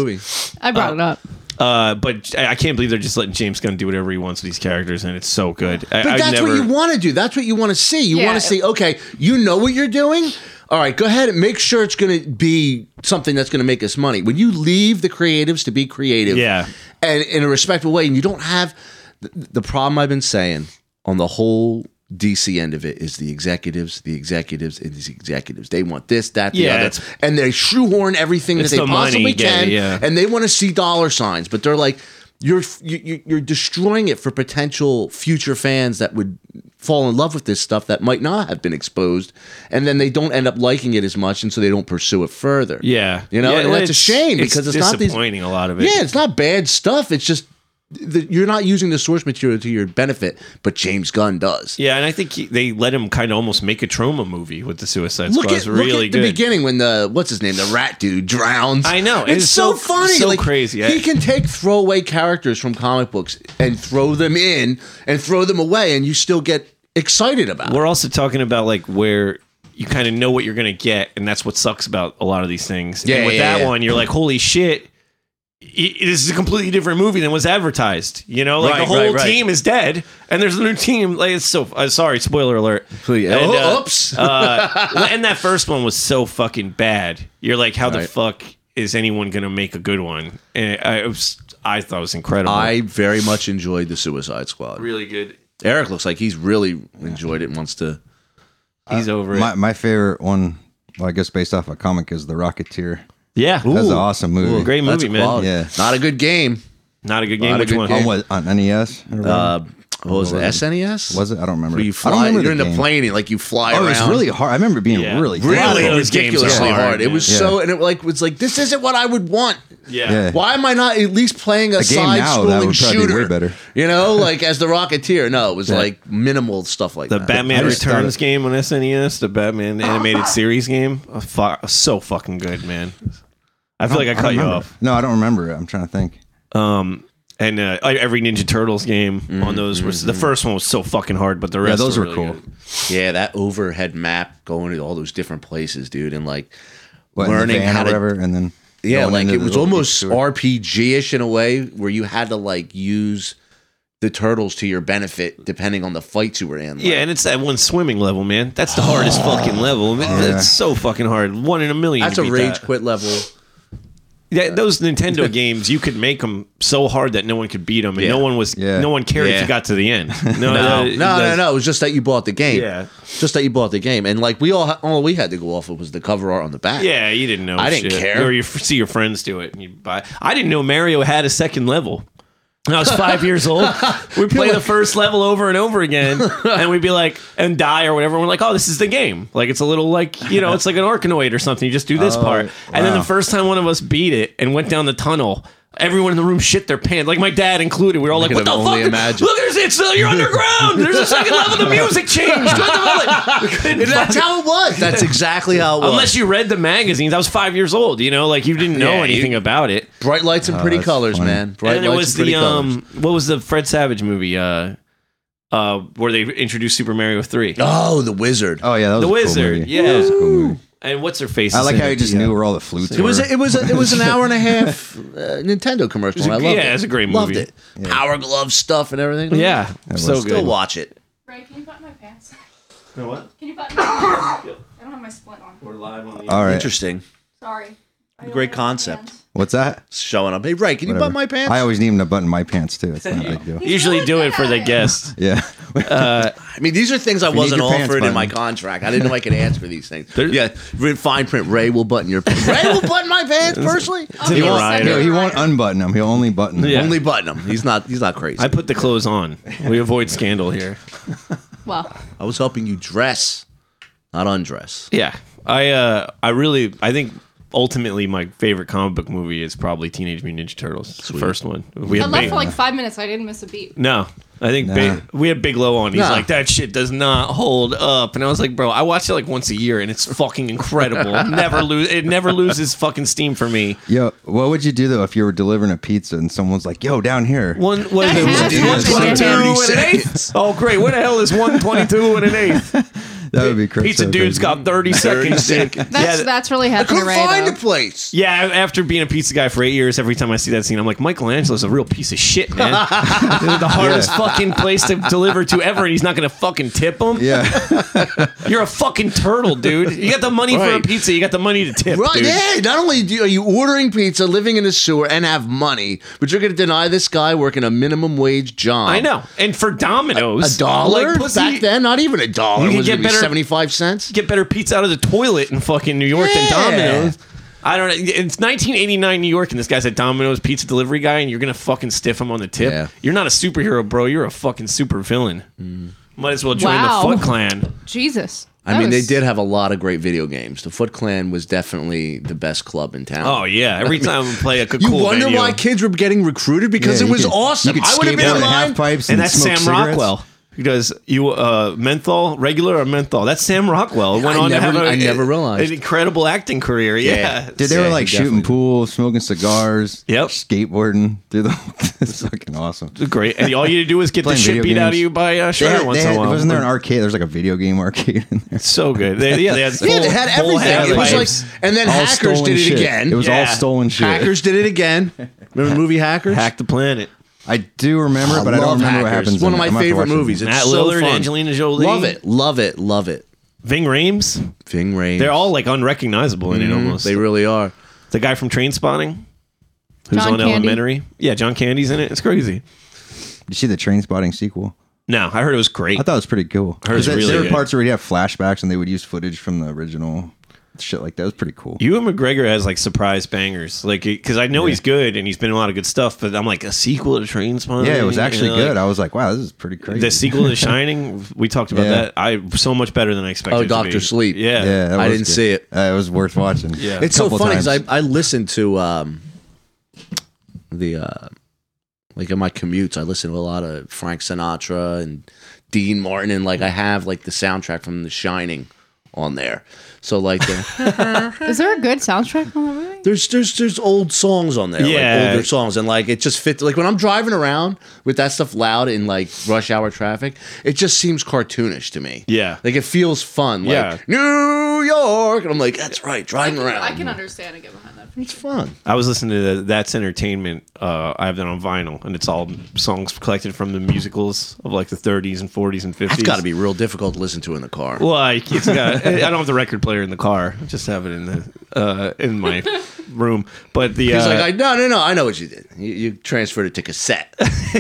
movie. I brought it up. Uh, but I I can't believe they're just letting James Gunn do whatever he wants with these characters, and it's so good. I, But I've that's never, what you want to do. That's what you want to see. You Yeah. want to see, okay, you know what you're doing. All right, go ahead and make sure it's going to be something that's going to make us money. When you leave the creatives to be creative Yeah. and in a respectful way, and you don't have the, the problem I've been saying on the whole DC end of it is the executives, the executives, and these executives. They want this, that, the Yeah, other. it's- And they shoehorn everything that It's they the money, possibly yeah, can. yeah. And they want to see dollar signs, but they're like, you're you, you- you're destroying it for potential future fans that would fall in love with this stuff that might not have been exposed, and then they don't end up liking it as much, and so they don't pursue it further. Yeah, you know, Yeah, and that's a shame because it's not these. disappointing. a lot of it. Yeah, it's not bad stuff. It's just the, you're not using the source material to your benefit, but James Gunn does. Yeah, and I think he, they let him kind of almost make a trauma movie with the Suicide Look Squad. at, It's really look at good. the beginning when the what's his name the rat dude drowns. I know. it's, It's so, so- funny, so like, crazy. I- He can take throwaway characters from comic books and throw them in and throw them away, and you still get excited about. it. We're also talking about like where you kind of know what you're gonna get, and that's what sucks about a lot of these things. Yeah, and with yeah, that yeah. one, you're like, holy shit. i- This is a completely different movie than was advertised. You know, like Right, the whole right, right. team is dead, and there's a new team. Like it's so. Uh, sorry, spoiler alert. Please. And, Oh, oops. uh, and that first one was so fucking bad. You're like, how the Right. fuck is anyone gonna make a good one? And I it was, I thought it was incredible. I very much enjoyed the Suicide Squad. really good. Eric looks like he's really enjoyed it and wants to. Uh, He's over it. My my favorite one, well, I guess based off a comic, is The Rocketeer. yeah, That's an Ooh. awesome movie. great That's movie, man. quality. Yeah. not a good game. Not a good game. Not a Which good one? game. On what? On E NES? or whatever? Uh, what was it? SNES was it? E I don't remember. Where I you don't fly, remember you're in the game. plane and like you fly Oh, around. it was really hard. I remember it being Yeah. really Really? difficult. Those games are ridiculously hard, hard. It was yeah. so, and it like was like this isn't what I would want. Yeah. Yeah. Why am I not at least playing a, game side now, that scrolling would probably be shooter? way better. You know, like as the Rocketeer. No, it was like minimal stuff like The that. Batman I just thought Returns it- game on SNES, the Batman animated series game, Oh, fu- so fucking good, man. I feel like I don't cut you remember. off. No, I don't remember it. I'm trying to think. Um, and uh, every Ninja Turtles game on those was the first one was so fucking hard, but the rest those were, were really cool. good. Yeah, that overhead map going to all those different places, dude, and like What, in the learning van how or to whatever, and then Yeah, going like into it the was little almost sewer. RPG ish in a way where you had to like use the turtles to your benefit depending on the fights you were in. Like, Yeah, and it's that one swimming level, man. That's the hardest fucking level. I mean, It's so fucking hard. One in a million. that's to a beat rage that. quit level. Yeah, those Nintendo games, you could make them so hard that no one could beat them, and no one was, Yeah. no one cared if Yeah. you got to the end. No, No, that- no, no, that's- no. It was just that you bought the game. Uh, Yeah. Just that you bought the game, and like we all, all we had to go off of was the cover art on the back. Yeah, you didn't know. I didn't shit. care. Or you f- see your friends do it, and you buy. I didn't know Mario had a second level. When I was five years old, we play the first level over and over again, and we'd be like, and die or whatever. We're like, oh, this is the game. Like it's a little like you know, it's like an Arkanoid or something. You just do Oh, this part, and then the first time one of us beat it and went down the tunnel. Everyone in the room shit their pants, like my dad included. We were all like, could "What the have fuck? only imagined. Look, there's it's uh, you're underground. There's a second level. The music changed. What the fuck?" We couldn't that's how it was. That's exactly how it was. Unless you read the magazines. I was five years old, you know, like you didn't know Yeah, anything about it. bright lights and pretty Oh, that's colors, funny. man. Bright And then it was lights and pretty the colors. um what was the Fred Savage movie? Uh uh where they introduced Super Mario Three. Oh, the wizard. Oh yeah, that was The a cool Wizard, movie. yeah. that was a cool movie. And what's her face? I is like in how it. you just knew where all the flutes. It was were. a, it was a, it was an hour and a half uh, Nintendo commercial. I loved yeah, it. it's a great Loved movie. it. Power glove stuff and everything. Yeah. So still good. watch it. Ray, can you button my pants? what? Can you button my pants? I don't have my splint on. We're live on the all right. Interesting. Sorry. I don't Great have concept. pants. What's that? Showing up. Hey, right? Can you Whatever. butt my pants? I always need him to button my pants too. It's not a big deal. usually do it for the guests. Yeah. I mean, these are things I need wasn't your pants offered in my buttoned. contract. I didn't know I could ask for these things. yeah, re- fine print. Ray will button your pants. Ray will button my pants personally. Okay, He I'll won't- send No, it he to won't Ryan. unbutton them. He'll only button them. Yeah. Only button him. He's not. He's not crazy. I I, put the clothes on. We avoid scandal here. Well, was helping you dress, not undress. Yeah. I uh I really I think ultimately my favorite comic book movie is probably Teenage Mutant Ninja Turtles. The first one. We I have left big- for like five minutes. I didn't miss a beat. No. I think Nah. big, we had Big Low on. He's Nah. like, that shit does not hold up. And I was like, bro, I watch it like once a year and it's fucking incredible. never lose it never loses fucking steam for me. Yo, what would you do though if you were delivering a pizza and someone's like, "Yo, down here"? One what That is happened. it? One twenty two and an eighth? Oh great, what the hell is one twenty two and an eighth? that would be crazy. Pizza dude's got thirty seconds. That's yeah, that's really happening to Ray. find though. a place. Yeah, after being a pizza guy for eight years, every time I see that scene, I'm like, Michelangelo's a real piece of shit, man. They're the hardest fucking place to deliver to ever, and he's not gonna fucking tip him. Yeah. You're a fucking turtle, dude. You got the money for a Right. pizza, you got the money to tip, Right, dude. yeah. Not only do, are you ordering pizza, living in a sewer, and have money, but you're going to deny this guy working a minimum wage job. I know. And for Domino's, A dollar like, pussy, back then, not even a dollar. You could was get it better- seventy-five cents? get better pizza out of the toilet in fucking New York than Yeah. Domino's. I don't know. It's 1989 New York, and this guy's a Domino's pizza delivery guy, and you're gonna fucking stiff him on the tip. Yeah. You're not a superhero, bro. You're a fucking super villain. Mm. Might as well join Wow. the Foot Clan. Jesus. I That mean, was- they did have a lot of great video games. The Foot Clan was definitely the best club in town. Oh yeah! Every time we play a cool you wonder venue. why kids were getting recruited because Yeah, it you was could- awesome. You could I would have been skateboard in and line. half pipes and, and that's smoke Sam cigarettes. Rockwell. He does you uh, menthol regular or menthol? That's Sam Rockwell. Went I on never- to have a- I never realized. an incredible acting career. Yeah, Dude, they Yeah, were he like shooting definitely- pool, smoking cigars, Yep. skateboarding. Dude, it's fucking awesome. great. And all you had to do is get the Playing shit video beat out of games. you by uh, They Shredder had- they once had- in a while. wasn't there an arcade? There's like a video game arcade in there. so good. They, yeah, they had Yeah, full- they had full everything. It was headlights. like, and then All hackers stolen did it shit. again. It was all Yeah. stolen shit. hackers did it again. Remember the movie Hackers? hack the planet. I do remember, but I don't love remember what Hackers. happens. It's one in of it. my I'm gonna have to favorite watch it. movies. It's Matt so Lillard, fun. Angelina Jolie. Love it, love it, love it. Ving Rhames. Ving Rhames. They're all like unrecognizable in it almost. Mm-hmm. They really are. the guy from Train Spotting, who's John on Candy. Elementary. Yeah, John Candy's in it. It's crazy. You see the Train Spotting sequel? No, I heard it was great. I thought it was pretty cool. Hers 'Cause there- really there were good. parts where you have flashbacks and they would use footage from the original shit like that. It was pretty cool. Ewan McGregor has like surprise bangers, like because I know he's good and he's been in a lot of good stuff, but I'm like a sequel to Train Spotting. yeah, it was actually You know, good. like, I was like, wow, this is pretty crazy. the sequel to The Shining, we talked about Yeah. that. I so much better than I expected. Oh, it to Dr. be. Sleep. Yeah, yeah, that I was didn't good. see it. Uh, it was worth watching. Yeah. It's so Couple funny times. because I, I listen to um, the uh, like in my commutes, I listen to a lot of Frank Sinatra and Dean Martin, and like I have like the soundtrack from The Shining on there. So like the, Is there a good soundtrack on that movie? there's there's there's old songs on there, Yeah. like older songs, and like it just fits. Like when I'm driving around with that stuff loud in like rush hour traffic, it just seems cartoonish to me. Yeah. like it feels fun. Like Yeah. New York, and I'm like, that's right, driving around. I can understand and get behind that. It's fun. I was listening to the That's Entertainment. Uh, I have that on vinyl, and it's all songs collected from the musicals of like the 30s and 40s and 50s. It's got to be real difficult to listen to in the car. like it's got. I don't have the record player in the car. I just have it in the uh, in my room. But the He's uh, like, I, no, no, no. I know what you did. You, you transferred it to cassette. That's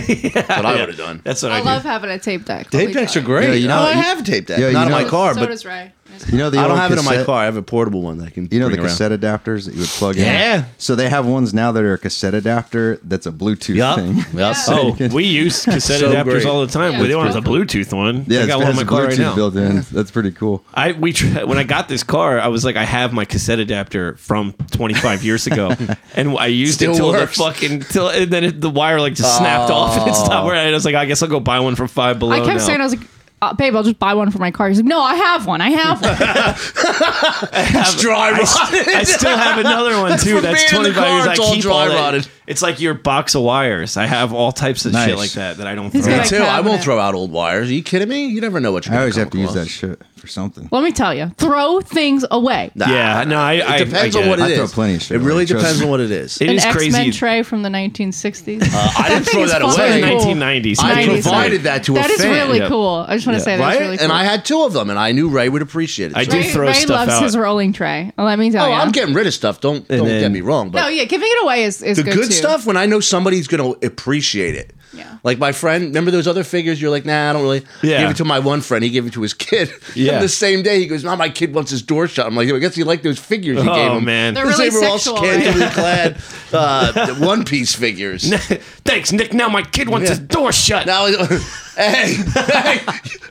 what I would have done. that's what I, I do. love having a tape deck. Tape Holy decks are God. great. Yeah, you know- oh, I have tape deck. Yeah, you Not in know- my car, so but does Ray. You know the I don't old have it in my cassette- car. I have a portable one that I can. You know the bring around. cassette adapters that you would plug in. Yeah. So they have ones now that are a cassette adapter that's a Bluetooth Yup. thing. Yup. Yeah. So you Oh, can- we use cassette So adapters great. all the time. Yeah. We don't have the Bluetooth one. yeah, I it's- got one in it my has car right Bluetooth now. built in. That's pretty cool. I we tr- when I got this car, I was like, I have my cassette adapter from 25 years ago, and I used Still it till works. the fucking till, and then it, the wire like just snapped off and it stopped. working. And I was like, I guess I'll go buy one from Five Below. I kept now. saying, I was like, uh, babe, I'll just buy one for my car. He's like, no, I have one. I have one. It's dry I, st- I still have another one too. From That's being in the 25 car, years. I it's all keep dry all that. rotted. It's like your box of wires. I have all types of shit Nice. like that that I don't. He's throw. got Me a too. I won't cabinet. throw out old wires. Are you kidding me? You never know what you're. I always gonna have to come use that across. shit for something. Let me tell you, throw things away. Nah. Yeah, no, I, I It depends I on get what it. it I is. throw plenty of shit It really away, trust depends me. on what it is. It An is X Men crazy. tray from the 1960s. I didn't thing throw is that fucking away. cool. 1990s. I 90s. provided that to a That is fan. really Yep. cool. I just want to say that's right? really cool. And I had two of them, and I knew Ray would appreciate it. I So- do Ray, throw Ray stuff loves out. his rolling tray. Let me tell Oh, you. I'm getting rid of stuff. Don't don't then- get me wrong, but no, yeah, giving it away is, is the good, good too. stuff when I know somebody's going to appreciate it. Yeah. Like my friend, remember those other figures? You're like, nah, I don't really. Yeah. Give it to my one friend. He gave it to his kid. Yeah. And the same day, he goes, "Now my kid wants his door shut." I'm like, I guess he liked those figures you gave Oh him. man, They're Because really they were all sexual, scantily clad uh, One Piece figures. Thanks, Nick. Now my kid wants Yeah. his door shut. Now, hey, hey,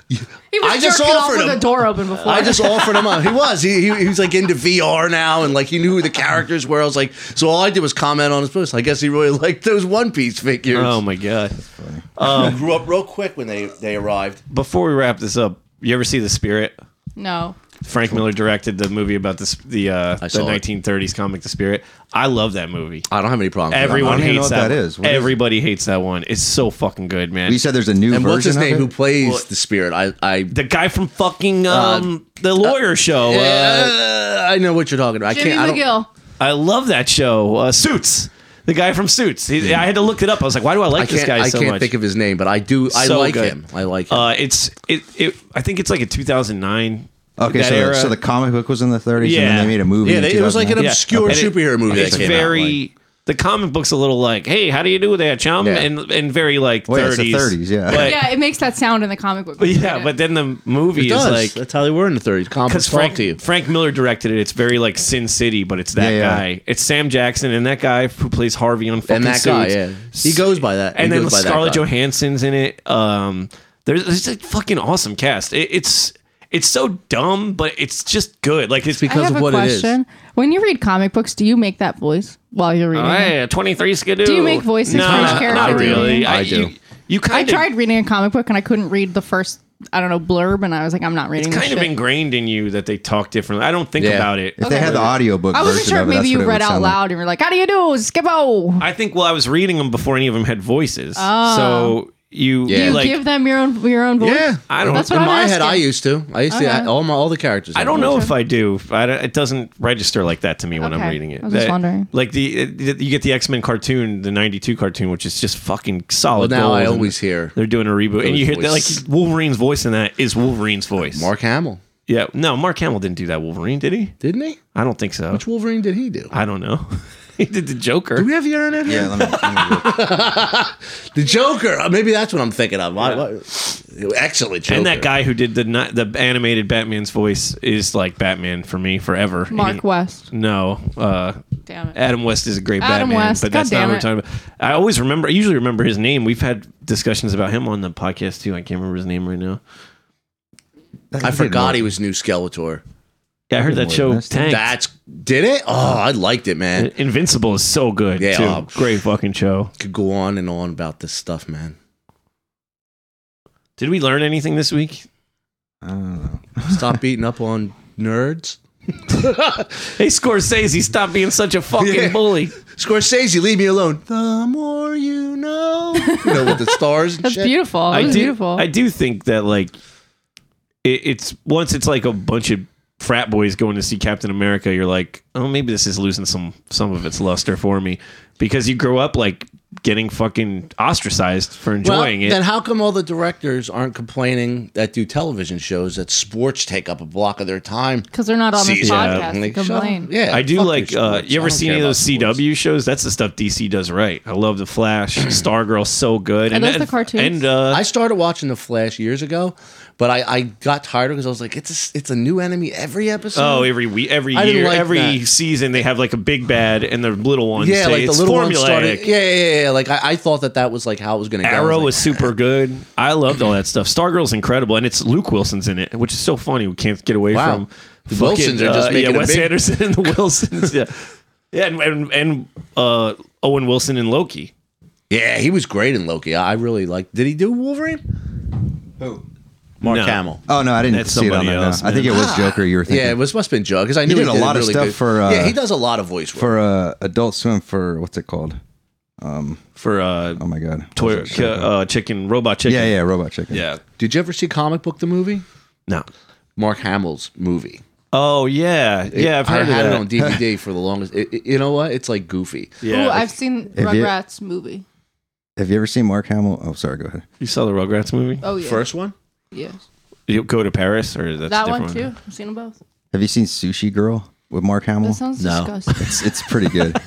He was I just jerking off offered with him. the door open before. I just offered him up. He was. He, he, he was like into VR now and like he knew who the characters were. I was like, so all I did was comment on his post. I guess he really liked those One Piece figures. Oh my god. I grew up real quick when they, they arrived. Before we wrap this up, you ever see The Spirit? no. Frank Miller directed the movie about this, the uh, the saw it. 1930s comic The Spirit. I love that movie. I don't have any problems. Everyone even know hates what that. that one. is. What is it? Everybody hates that one. It's so fucking good, man. You said there's a new And version what's his of name it? who plays the spirit? I I the guy from fucking um, the lawyer show. uh, uh, I know what you're talking about. Jimmy I can't. I don't, McGill. I love that show. Uh, Suits. The guy from Suits. He, I had to look it up. I was like, why do I like I this can't, guy I so can't much? think of his name, but I do. I So like good. him. I like him. uh, it's it, it. I think it's like a 2009. Okay, that so, era. the, so the comic book was in the 30s, and Yeah. then they made a movie. yeah, in they, it was like an 2009. obscure And it- superhero movie. It's that came very. Out, like- the comic book's a little like, hey, how do you do that, chum? Yeah. And and very like Well, yeah, it's the 30s. 30s, yeah. But, Yeah, it makes that sound in the comic book. but yeah, but then the movie It is does. like That's how they were in the 30s. Comics because talk Frank to you. Frank Miller directed it. It's very like Sin City, but it's that Yeah, yeah. guy. It's Sam Jackson and that guy who plays Harvey on fucking and that guy, Suits. yeah, he goes by that. and he then goes by that Scarlett guy. Johansson's in it. Um, there's, there's a fucking awesome cast. It, it's it's so dumb, but it's just good. Like it's I because have of a what it is. question. When you read comic books, do you make that voice while you're reading? it? Hey, 23 skidoo. Do you make voices no, for each not character? really. I do. You, you I kind of, tried reading a comic book and I couldn't read the first, I don't know, blurb, and I was like, I'm not reading It's this kind of shit. ingrained in you that they talk differently. I don't think Yeah. about it. If they had the audiobook I wasn't version sure if of it, maybe that's you what it read would out sound loud and you were like, how do you do? Skip oh. I think well, I was reading them before any of them had voices. So you Yeah. You like give them your own your own voice. Yeah. I don't. That's what In I'm my asking. Uh-huh. head, I used to. I used to Okay. I, all my all the characters. I had don't one. know if I do. I don't- it doesn't register like that to me when I'm Okay. reading it. I was just That- wondering. Like the it- you get the X Men cartoon, the '92 cartoon, which is just fucking solid. But now gold, I and always hear they're doing a reboot, and you hear that like voices. Wolverine's voice in that is Wolverine's voice. Mark Hamill, yeah, no, Mark Hamill didn't do that Wolverine, did he? didn't he? I don't think so. Which Wolverine did he do? I don't know. he did the Joker. Do we have the internet? like. here? Yeah, let me- let me look. The Joker. Uh, Maybe that's what I'm thinking of. I- I- excellent Joker. And that guy who did the ni- the animated Batman's voice is like Batman for me forever. And Mark he- West. No, uh, Damn it. Adam West is a great Adam Batman, West, but God that's not damn what we're it. talking about. I always remember. I usually remember his name. We've had discussions about him on the podcast too. I can't remember his name right now. I forgot he was new Skeletor. Yeah, I heard that show Tank. That's did it. Oh, I liked it, man. Invincible is so good Yeah, too. oh. great fucking show. Could go on and on about this stuff, man. Did we learn anything this week? I don't know. Stop beating up on nerds. Hey, Scorsese, stop being such a fucking Yeah. bully. Scorsese, leave me alone. The more you know. You know, with the stars and That's shit. beautiful. That was do, beautiful. I do think that like it, it's once it's like a bunch of frat boys going to see Captain America, you're like, oh, maybe this is losing some some of its luster for me because you grow up like getting fucking ostracized for Well, enjoying then it. how come all the directors aren't complaining that do television shows that sports take up a block of their time? because they're not on this Yeah, podcast. I'm to like, shut up. complain. Yeah, I do fuck your like. Uh, sports. you I ever don't seen care any of about those sports. CW shows? That's the stuff DC does right. I love the Flash, Stargirl, so good. Are and those the cartoons? And uh, I started watching The Flash years ago, but I, I got tired because I was like, it's a, it's a new enemy every episode. Oh, every week, every I didn't year, like every that. season they have like a big bad and the little ones. yeah, say like the it's little one formulaic. started. Yeah, yeah, yeah, yeah. Like I, I thought that that was like how it was going to go. I Arrow was is super good. I loved all that stuff. Stargirl's incredible, and it's Luke Wilson's in it, which is so funny. We can't get away Wow. from uh, The Wilsons are just making yeah, a Wes big- Anderson and the Wilsons. Yeah, yeah, and and, and uh, Owen Wilson and Loki. like, yeah, he was great in Loki. I really liked. Did he do Wolverine? Who? Mark No. Hamill. Oh no, I didn't That's see it on somebody there. no. else, I think it man. was Joker. You were thinking. Yeah, it was must have been Jug because I knew did he a did lot of really stuff good- for, uh, yeah, he does a lot of voice work. for uh, Adult Swim for what's it called? for uh, Oh my god. toy, uh, chicken robot chicken. yeah, yeah, Robot Chicken. yeah. Did you ever see comic book the movie? No. Mark Hamill's movie. Oh yeah, yeah. I've I heard of had that. it on DVD for the longest. it- it- you know what? It's like goofy. yeah, Ooh, like- I've seen you- Rugrats movie. Have you ever seen Mark Hamill? Oh, sorry. Go ahead. you saw the Rugrats movie. Oh yeah, First one. yeah, You go to Paris or that's that a different one too. I've seen them both. Have you seen Sushi Girl with Mark Hamill? That sounds No. disgusting. it's, it's pretty good.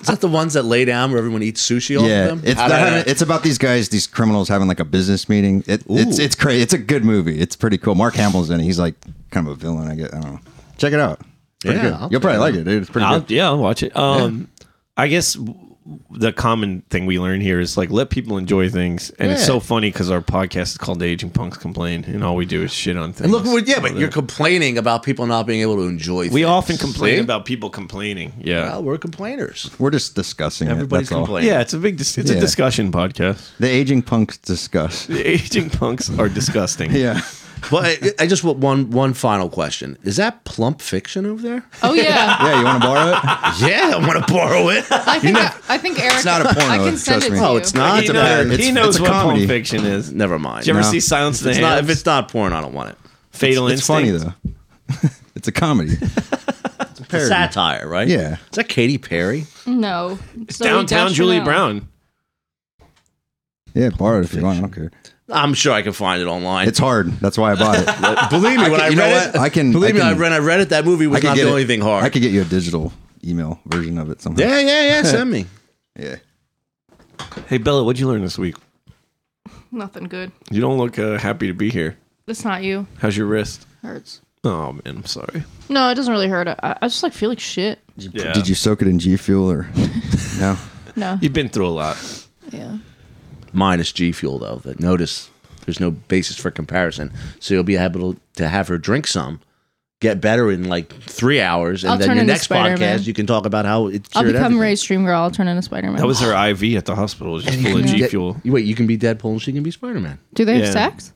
Is that the ones that lay down where everyone eats sushi off yeah, of them? it's I don't know. that, it's about these guys, these criminals having like a business meeting. It, it's Ooh. it's crazy. It's a good movie. It's pretty cool. Mark Hamill's in it. He's like kind of a villain. I guess. I don't know. Check it out. It's pretty Yeah, good. I'll You'll check probably it like it, dude. It's pretty I'll, good. yeah, I'll watch it. Um, I guess w- the common thing we learn here is like let people enjoy things, and it's Yeah. so funny because our podcast is called "Aging Punks Complain," and all we do is shit on things. And look, what- yeah, but you're complaining about people not being able to enjoy. we things. often complain See? about people complaining. Yeah, Well, we're complainers. We're just discussing Everybody's it. That's all. complaining. yeah, it's a big, dis- it's a Yeah. discussion podcast. The aging punks discuss. The aging punks are disgusting. Yeah. Well, I, I just want one one final question: Is that plump fiction over there? Oh yeah, Yeah, you want to borrow it? yeah, I want to borrow it. I think I, I think Eric. It's not a porno, I can send trust it to me. you. Oh, it's He not. a knows- bad- he it's- knows it's a what comedy. Pulp Fiction is. Never mind. Did you ever No. see Silence of the It's not, Lambs? if it's not porn, I don't want it. Fatal It's Instinct. funny though. it's a comedy. It's satire, right? Yeah. Is that Katy Perry? No, It's downtown Julie Brown. Yeah, borrow it if you want. I don't care. I'm sure I can find it online. It's hard. That's why I bought it. believe me I can- when I you know read it. what? I can- believe I me can- when I read it. That movie was could not get the it- only thing hard. I could get you a digital email version of it somehow. yeah, yeah, yeah. Send me. Yeah. Hey Bella, what'd you learn this week? Nothing good. You don't look uh, happy to be here. It's not you. How's your wrist? Hurts. Oh man, I'm sorry. No, it doesn't really hurt. I, I just like feel like shit. Yeah. Did you soak it in G Fuel or no? No. You've been through a lot. Yeah. minus G Fuel though. That notice there's no basis for comparison. So you'll be able to have her drink some, get better in like three hours, and I'll then turn your into next Spider-Man. podcast you can talk about how it. I'll cured become everything. Ray's dream girl. I'll turn into Spider Man. That was her IV at the hospital. It was just full of G Yeah. fuel. You- Wait, you can be Deadpool and she can be Spider Man. Do they Yeah. have sex?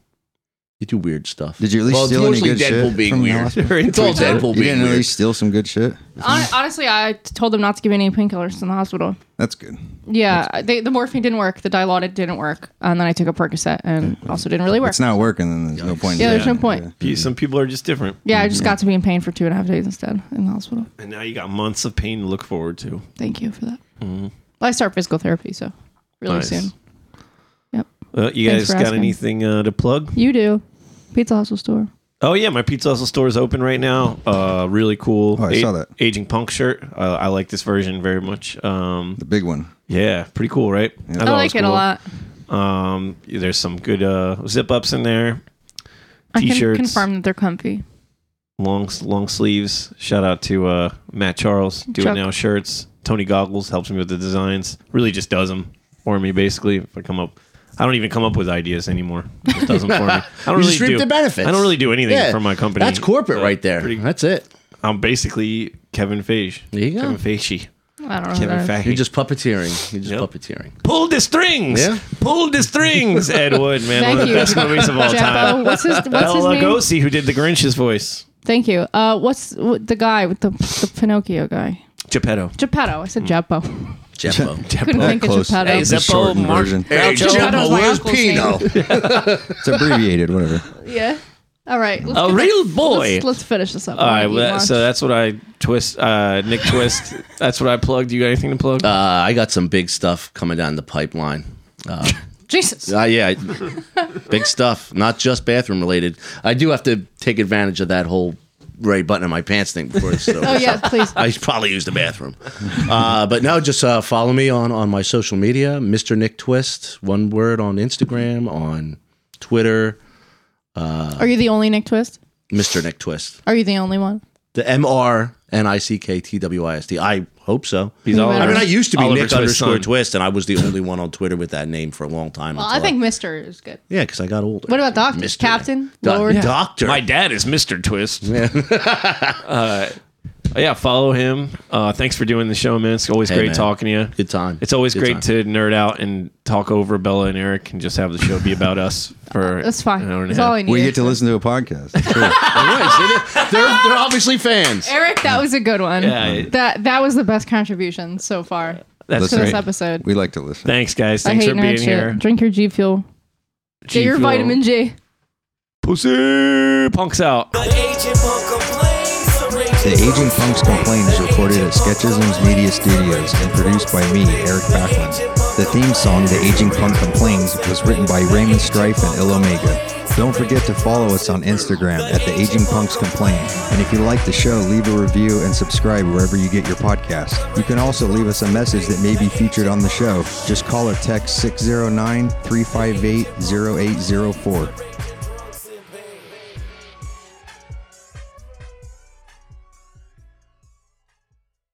You do weird stuff. Did you at least Well, it's steal any mostly good Deadpool shit being from the weird. hospital? It's all Deadpool You being didn't at weird. least steal some good shit. Hon- honestly, I t- told them not to give any painkillers in the hospital. That's good. Yeah, they, the morphine didn't work. The Dilaudid didn't work, and then I took a Percocet, and also didn't really work. It's not working, then there's no point. in yeah, there's doing no point. it. Pe- Some people are just different. Yeah, I just got to be in pain for two and a half days instead in the hospital. And now you got months of pain to look forward to. Thank you for that. Well, I start physical therapy, so really Mm-hmm. Nice. soon. Yep. Uh, you Thanks guys for got asking. anything uh, to plug? You do. Pizza Hustle store. Oh yeah, my Pizza Hustle store is open right now. Uh, really cool. Oh, I saw that. Aging Punk shirt. Uh, I like this version very much. Um, The big one. yeah, pretty cool, right? I like it a lot. Um, there's some good uh, zip ups in there. I T-shirts. can confirm that they're comfy. long long sleeves. Shout out to uh, Matt Charles, do it Chuck. now shirts. Tony Goggles helps me with the designs. Really just does them for me. Basically, if I come up, I don't even come up with ideas anymore. Just does them for me. I don't You really just reap do the benefits. I don't really do anything Yeah, for my company. That's corporate Uh, right there. pretty- That's it. I'm basically Kevin Feige. There you go. Kevin Feige. I don't know. who Kevin that is. Feige. You're just puppeteering. You're just Yep. puppeteering. pull the strings. Yeah. Pull the strings. Ed Wood, man, Thank one of the you. best movies of all Jabbo, time. what's his, what's his Bela name? Lugosi, who did the Grinch's voice. Thank you. Uh, what's what, the guy with the, the Pinocchio guy? Geppetto. Geppetto. I Hmm. said Jeppo. Jeppo. Couldn't That think close. of Geppetto. It's a Zeppo shortened Mark- version. Hey, Jeppo's my Jeppo, where's uncle's name. Pino? It's abbreviated, whatever. yeah. All right. Let's A get real this- boy. Let's, let's finish this up. Oh, All right, well, that, so that's what I twist. Uh, Nick twist. that's what I plugged. You got anything to plug? Uh, I got some big stuff coming down the pipeline. Uh, Jesus. uh, yeah, I- big stuff. Not just bathroom related. I do have to take advantage of that whole Ray button in my pants thing before it's over. Oh yeah, please. I probably use the bathroom. Uh, but no, just uh, follow me on, on my social media, Mr. Nick Twist, one word on Instagram, on Twitter, Are you the only Nick Twist? Mr. Nick Twist. Are you the only one? The M R N I C K T W I S T. I hope so. He's all. I mean, I used to be Oliver Nick Twist's underscore son. Twist, and I was the only one on Twitter with that name for a long time. Well, I until think Mister is good. yeah, because I got older. What about Doctor Mr. Captain Do- Lord? Doctor. My dad is Mr. Twist. Yeah. uh, yeah, follow him. Uh, thanks for doing the show, man. It's always great man. talking to you. Good time. It's always Good great time. to nerd out and talk over Bella and Eric and just have the show be about us for That's fine. an hour and a That's half. all I need. We get to listen to a podcast. That's cool. Right, see, they're, they're they're obviously fans. Eric, that was a good one. Yeah, it- that that was the best contribution so far That's to this great. episode. we like to listen. Thanks, guys. I Thanks hate for being nerd shit. here. Drink your G Fuel. G Get your Fuel. vitamin G. Pussy punks out. The agent punk complains. The The Aging Punks Complain is recorded at Sketchisms Media Studios and produced by me, Eric Backlund. The theme song, The Aging Punk Complains, was written by Raymond Strife and Il Omega. Don't forget to follow us on Instagram at The Aging Punks Complain. And if you like the show, leave a review and subscribe wherever you get your podcast. You can also leave us a message that may be featured on the show. Just call or text 609 358 0804.